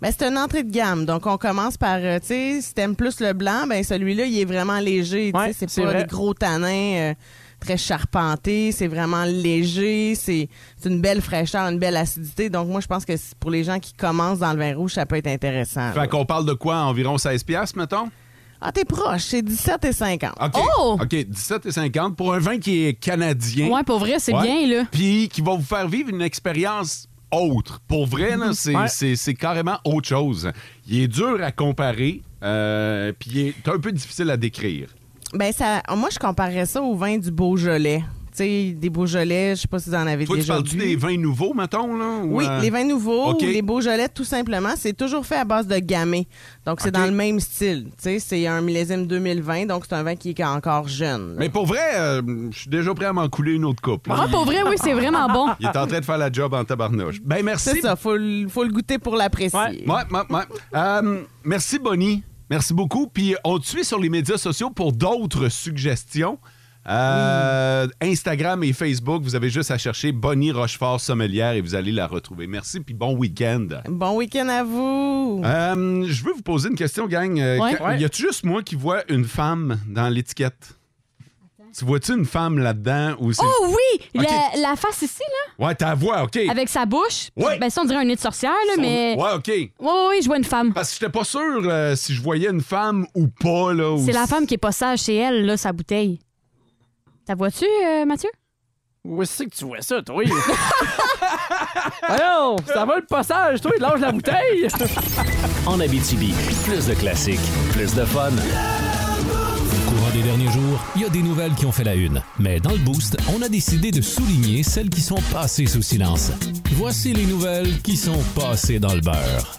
Speaker 16: Ben, c'est une entrée de gamme. Donc, on commence par, euh, tu sais, si t'aimes plus le blanc, ben, celui-là, il est vraiment léger. tu sais,
Speaker 5: c'est
Speaker 16: c'est pas
Speaker 5: vrai.
Speaker 16: des gros tanins euh, très charpentés. C'est vraiment léger. C'est c'est une belle fraîcheur, une belle acidité. Donc, moi, je pense que c'est- pour les gens qui commencent dans le vin rouge, ça peut être intéressant.
Speaker 3: Fait qu'on parle de quoi? Environ 16 piastres, mettons?
Speaker 16: Ah, t'es proche. C'est 17 et 50.
Speaker 3: OK. OK, 17 et 50 pour un vin qui est canadien.
Speaker 4: Oh! Ouais, pour vrai, c'est bien, là.
Speaker 3: Puis qui va vous faire vivre une expérience autre. Pour vrai,
Speaker 4: Mhm.
Speaker 3: là, c'est,
Speaker 2: Ouais.
Speaker 3: c'est- c'est carrément autre chose. Il est dur à comparer, euh, puis il est un peu difficile à décrire.
Speaker 16: Ben, ça, moi, je comparerais ça au vin du Beaujolais. Tu sais, des Beaujolais, je sais pas si vous en avez
Speaker 3: Toi, tu
Speaker 16: déjà
Speaker 3: parles-tu
Speaker 16: bu.
Speaker 3: des vins nouveaux, mettons? Là, ou,
Speaker 16: Oui,
Speaker 3: euh,
Speaker 16: les vins nouveaux
Speaker 3: OK.
Speaker 16: ou les Beaujolais, tout simplement, c'est toujours fait à base de gamay. Donc, c'est dans le même style. Tu sais, c'est un millésime 2020, donc c'est un vin qui est encore jeune.
Speaker 3: Mais pour vrai, euh, je suis déjà prêt à m'en couler une autre coupe.
Speaker 16: Ah, pour vrai, oui, c'est vraiment bon.
Speaker 3: Il est en train de faire la job en tabarnouche. Ben, merci.
Speaker 16: C'est ça, faut, le- faut le goûter pour l'apprécier.
Speaker 3: Ouais, ouais, ouais. Euh, merci, Bonnie. Merci beaucoup. Puis on te suit sur les médias sociaux pour d'autres suggestions. Euh, Instagram et Facebook, vous avez juste à chercher Bonnie Rochefort Sommelière et vous allez la retrouver. Merci, puis bon week-end.
Speaker 16: Bon week-end à vous.
Speaker 3: Euh, je veux vous poser une question, gang. Euh,
Speaker 16: Ouais.
Speaker 3: quand-
Speaker 16: Ouais.
Speaker 3: Y a-tu juste moi qui vois une femme dans l'étiquette? Tu vois-tu une femme là-dedans? Ou c'est-
Speaker 4: Oh oui!
Speaker 3: OK.
Speaker 4: La, la face ici, là,
Speaker 3: Ouais, ta voix, OK.
Speaker 4: avec sa bouche.
Speaker 3: Ouais.
Speaker 4: Ben, ça, on dirait un nez de sorcière, là,
Speaker 3: Son-
Speaker 4: mais.
Speaker 3: Ouais, OK.
Speaker 4: Oui, oui, je vois une femme.
Speaker 3: Parce que j'étais pas sûr euh, si je voyais une femme ou pas. là. ou
Speaker 4: C'est
Speaker 3: si-
Speaker 4: la femme qui est pas sage chez elle, là, sa bouteille. T'as vois-tu, euh, Mathieu?
Speaker 5: Où est-ce que tu vois ça, toi? Voyons, ça va le passage, toi, il lâche la bouteille!
Speaker 7: En Abitibi, plus de classiques, plus de fun. Au courant des derniers jours, il y a des nouvelles qui ont fait la une. Mais dans le Boost, on a décidé de souligner celles qui sont passées sous silence. Voici les nouvelles qui sont passées dans le beurre.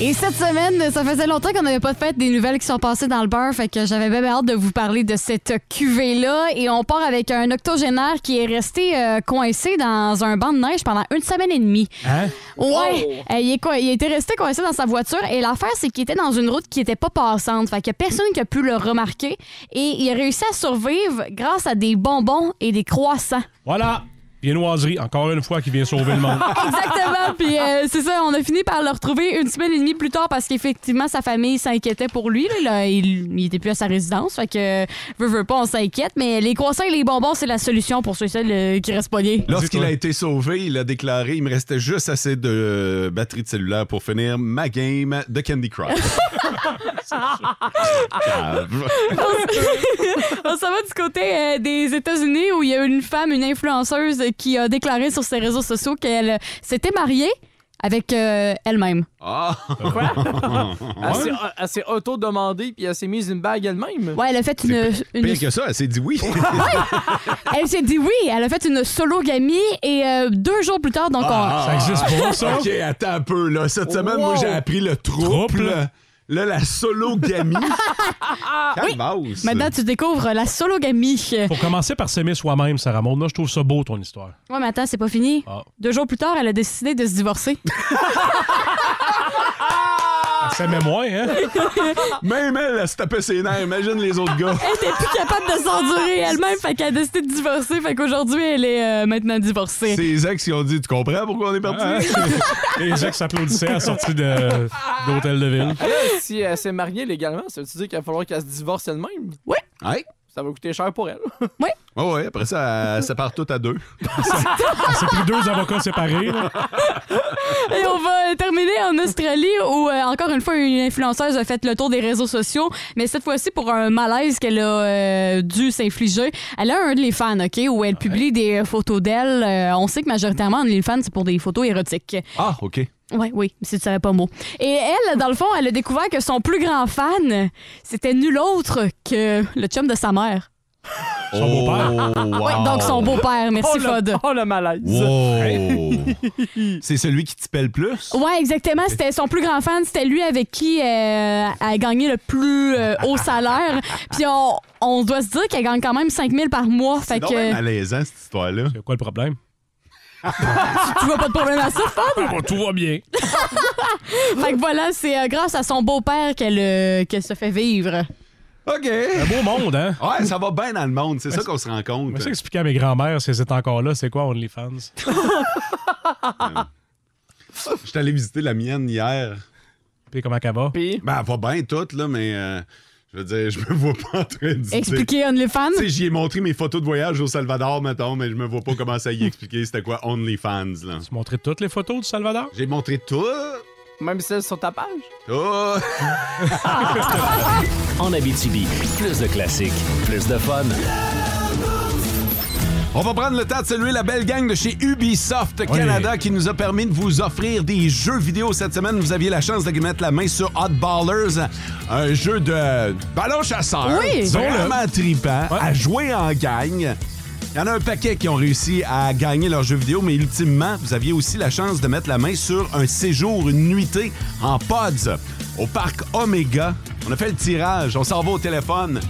Speaker 4: Et cette semaine, ça faisait longtemps qu'on n'avait pas fait des nouvelles qui sont passées dans le beurre, fait que j'avais bien hâte de vous parler de cette cuvée-là. Et on part avec un octogénaire qui est resté euh, coincé dans un banc de neige pendant une semaine et demie.
Speaker 6: Hein?
Speaker 4: Ouais, Euh, il, est co- il était resté coincé dans sa voiture et l'affaire, c'est qu'il était dans une route qui n'était pas passante. Fait qu'il y a personne qui a pu le remarquer et il a réussi à survivre grâce à des bonbons et des croissants.
Speaker 6: Voilà. Viennoiserie, encore une fois, qui vient sauver le
Speaker 3: [LAUGHS]
Speaker 6: monde.
Speaker 4: Exactement. Puis euh, c'est ça, on a fini par le retrouver une semaine et demie plus tard parce qu'effectivement, sa famille s'inquiétait pour lui. là. Là, il, il était plus à sa résidence. Fait que, veut, veut pas, on s'inquiète. Mais les croissants et les bonbons, c'est la solution pour ceux et celles euh, qui restent pognés.
Speaker 3: Lorsqu'il a été sauvé, il a déclaré il me restait juste assez de euh, batterie de cellulaire pour finir ma game de Candy Crush.
Speaker 4: Ah.
Speaker 3: Cave.
Speaker 4: [LAUGHS] on s'en va du côté euh, des États-Unis où il y a une femme, une influenceuse, qui a déclaré sur ses réseaux sociaux qu'elle euh, s'était mariée avec euh, elle-même.
Speaker 3: Ah! [LAUGHS]
Speaker 5: Quoi? Elle s'est- Elle s'est auto-demandée puis elle s'est mise une bague elle-même.
Speaker 4: Ouais, elle a fait une. une-
Speaker 3: Pire que ça, elle s'est dit oui.
Speaker 4: Elle s'est dit oui, elle a fait une sologamie et euh, deux jours plus tard, donc
Speaker 3: Ah,
Speaker 4: on...
Speaker 3: [LAUGHS] OK, attends un peu. Là. Cette semaine,
Speaker 4: Wow.
Speaker 3: moi, j'ai appris le trouble.
Speaker 6: Trouble.
Speaker 3: Là,
Speaker 6: [LAUGHS]
Speaker 3: la sologamie.
Speaker 4: Ah, Oui.
Speaker 3: Calvasse.
Speaker 4: Maintenant, tu découvres la sologamie.
Speaker 6: Pour commencer par s'aimer soi-même, Sarah Maud, là, je trouve ça beau, ton histoire.
Speaker 4: Ouais, mais attends, c'est pas fini. Deux jours plus tard, elle a décidé de se divorcer.
Speaker 6: Elle s'aimait moins, hein?
Speaker 3: [LAUGHS] Même elle, elle se tapait ses nerfs. Imagine les autres
Speaker 6: [LAUGHS]
Speaker 3: gars.
Speaker 4: Elle était plus capable de s'endurer elle-même, fait qu'elle a décidé de divorcer, fait qu'aujourd'hui, elle est euh, maintenant divorcée.
Speaker 3: Ses ex, ils ont dit Tu comprends pourquoi on est parti?
Speaker 6: [LAUGHS] Les ex s'applaudissaient à la sortie de, de l'hôtel de ville.
Speaker 5: Elle, si elle s'est mariée légalement, ça veut dire qu'il va falloir qu'elle se divorce elle-même?
Speaker 4: Oui.
Speaker 3: Ouais.
Speaker 5: Ça va coûter cher pour elle.
Speaker 3: Ouais, ouais, après ça, elle sépare tout
Speaker 6: [LAUGHS]
Speaker 3: à deux.
Speaker 6: C'est plus deux avocats séparés. là.
Speaker 4: Et on va euh, terminer en Australie où, euh, encore une fois, une influenceuse a fait le tour des réseaux sociaux, mais cette fois-ci pour un malaise qu'elle a euh, dû s'infliger. Elle a un de les fans, OK, où elle publie des euh, photos d'elle. Euh, on sait que majoritairement, les fans, c'est pour des photos érotiques.
Speaker 3: Ah, OK.
Speaker 4: Oui, oui, si tu savais pas mot. Et elle, dans le fond, elle a découvert que son plus grand fan, c'était nul autre que le chum de sa mère.
Speaker 6: Son
Speaker 3: Oh,
Speaker 6: beau-père.
Speaker 4: Ouais, donc son beau-père, merci
Speaker 5: Oh, le-
Speaker 4: Fod.
Speaker 5: Oh le malaise.
Speaker 3: Wow. C'est celui qui te pèle plus?
Speaker 4: Ouais, exactement. C'était son plus grand fan. C'était lui avec qui euh, elle a gagné le plus euh, haut
Speaker 3: [LAUGHS]
Speaker 4: salaire. Puis on, on doit se dire qu'elle gagne quand même 5 000 par mois. Fait
Speaker 3: C'est donc bien
Speaker 4: que
Speaker 3: malaisant, cette histoire-là.
Speaker 6: C'est quoi le problème?
Speaker 4: tu vois pas de problème à ça, Fod?
Speaker 6: Ah, bon, tout va bien.
Speaker 4: fait que voilà, c'est euh, grâce à son beau-père qu'elle euh, qu'elle se fait vivre.
Speaker 3: OK.
Speaker 6: Un beau monde, hein?
Speaker 3: [LAUGHS] Ouais, ça va bien dans le monde. C'est ça qu'on se rend compte.
Speaker 6: Mais ça expliquer à mes grands-mères si elles étaient encore là, c'est quoi OnlyFans?
Speaker 3: Je suis allé visiter la mienne hier.
Speaker 6: Puis comment qu'elle va?
Speaker 3: Ben, elle va bien toute, là, mais euh, je veux dire, je me vois pas en train de visiter.
Speaker 4: Expliquer OnlyFans?
Speaker 3: Tu
Speaker 4: [LAUGHS]
Speaker 3: sais, j'y ai montré mes photos de voyage au Salvador, mettons, mais je me vois pas comment ça y expliquer c'était quoi OnlyFans, là.
Speaker 6: Tu montré toutes les photos du Salvador?
Speaker 3: J'ai montré tout.
Speaker 5: Même celles sur ta page?
Speaker 3: Oh!
Speaker 7: [LAUGHS] En Abitibi, plus de classiques, plus de fun.
Speaker 3: On va prendre le temps de saluer la belle gang de chez Ubisoft Canada qui nous a permis de vous offrir des jeux vidéo cette semaine. Vous aviez la chance de mettre la main sur Hot Ballers, un jeu de ballon chasseur.
Speaker 6: Oui.
Speaker 3: Vraiment trippant, à jouer en gang. Il y en a un paquet qui ont réussi à gagner leurs jeux vidéo, mais ultimement, vous aviez aussi la chance de mettre la main sur un séjour, une nuitée en pods au parc Omega. On a fait le tirage, on s'en va au téléphone.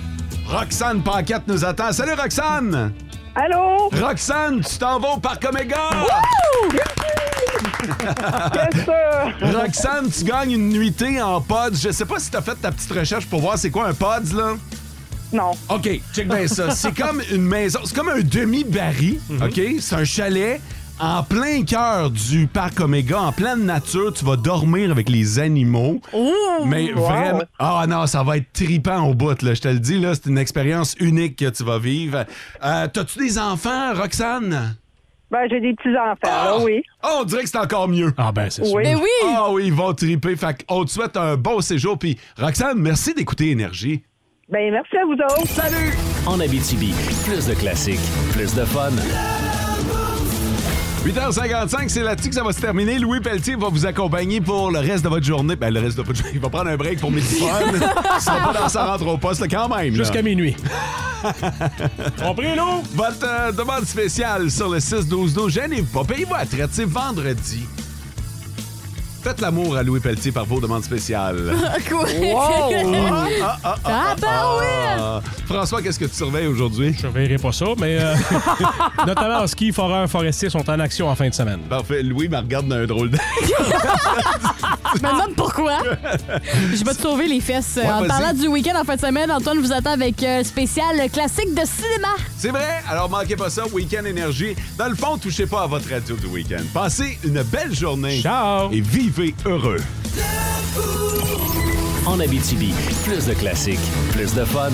Speaker 3: Roxane Paquette nous attend. Salut Roxane!
Speaker 17: Allô?
Speaker 3: Roxane, tu t'en vas au Parc Omega! Roxane, tu gagnes une nuitée en pods. Je sais pas si t'as fait ta petite recherche pour voir c'est quoi un pods, là.
Speaker 17: Non.
Speaker 3: OK, check bien ça. C'est comme une maison, c'est comme un demi-baril, OK? C'est un chalet en plein cœur du Parc Omega, en pleine nature. Tu vas dormir avec les animaux. Mais
Speaker 17: Wow.
Speaker 3: vraiment... Ah non, ça va être tripant au bout, là. Je te le dis, là, c'est une expérience unique que tu vas vivre. Euh, T'as-tu des enfants, Roxane?
Speaker 17: Ben, j'ai des petits-enfants, là, oui.
Speaker 3: Ah, on dirait que c'est encore mieux.
Speaker 6: Ah ben, c'est
Speaker 17: Oui. sûr. Mais oui.
Speaker 3: Ah oui, ils vont triper. Fait qu'on te souhaite un bon séjour. Puis Roxane, merci d'écouter Énergie.
Speaker 17: Ben, merci à vous autres.
Speaker 3: Salut!
Speaker 7: En Abitibi, plus de classiques, plus de fun.
Speaker 3: 8h55, c'est là-dessus que ça va se terminer. Louis Pelletier va vous accompagner pour le reste de votre journée. Ben, le reste de votre journée, il va prendre un break pour midi
Speaker 6: [LAUGHS]
Speaker 3: fun. sera pas dans sa rentre au poste quand même. là.
Speaker 6: Jusqu'à
Speaker 3: [LAUGHS]
Speaker 6: minuit. Compris, non?
Speaker 3: Votre euh, demande spéciale sur le 6-12-12, gênez-vous pas, payez-vous à traite, c'est vendredi. Faites l'amour à Louis Pelletier par vos
Speaker 6: [LAUGHS]
Speaker 3: demandes spéciales. [LAUGHS]
Speaker 4: Quoi?
Speaker 3: Ah, ah,
Speaker 4: Ah, bah oui!
Speaker 3: Ah. François, qu'est-ce que tu surveilles aujourd'hui?
Speaker 6: Je surveillerai pas ça, mais euh, [LAUGHS] notamment en ski, foreurs, forestiers sont en action en fin de semaine.
Speaker 3: Parfait. Louis me regarde d'un drôle d'œil.
Speaker 4: Je me Ben, demande pourquoi. Je vais te sauver les fesses.
Speaker 3: Ouais,
Speaker 4: en
Speaker 3: vas-y.
Speaker 4: parlant du week-end en fin de semaine, Antoine vous attend avec euh, spécial classique de cinéma.
Speaker 3: C'est vrai, alors manquez pas ça, Week-end Énergie. Dans le fond, touchez pas à votre radio du week-end. Passez une belle journée. Ciao! Et vivez heureux.
Speaker 7: En Abitibi, plus de classiques, plus de fun.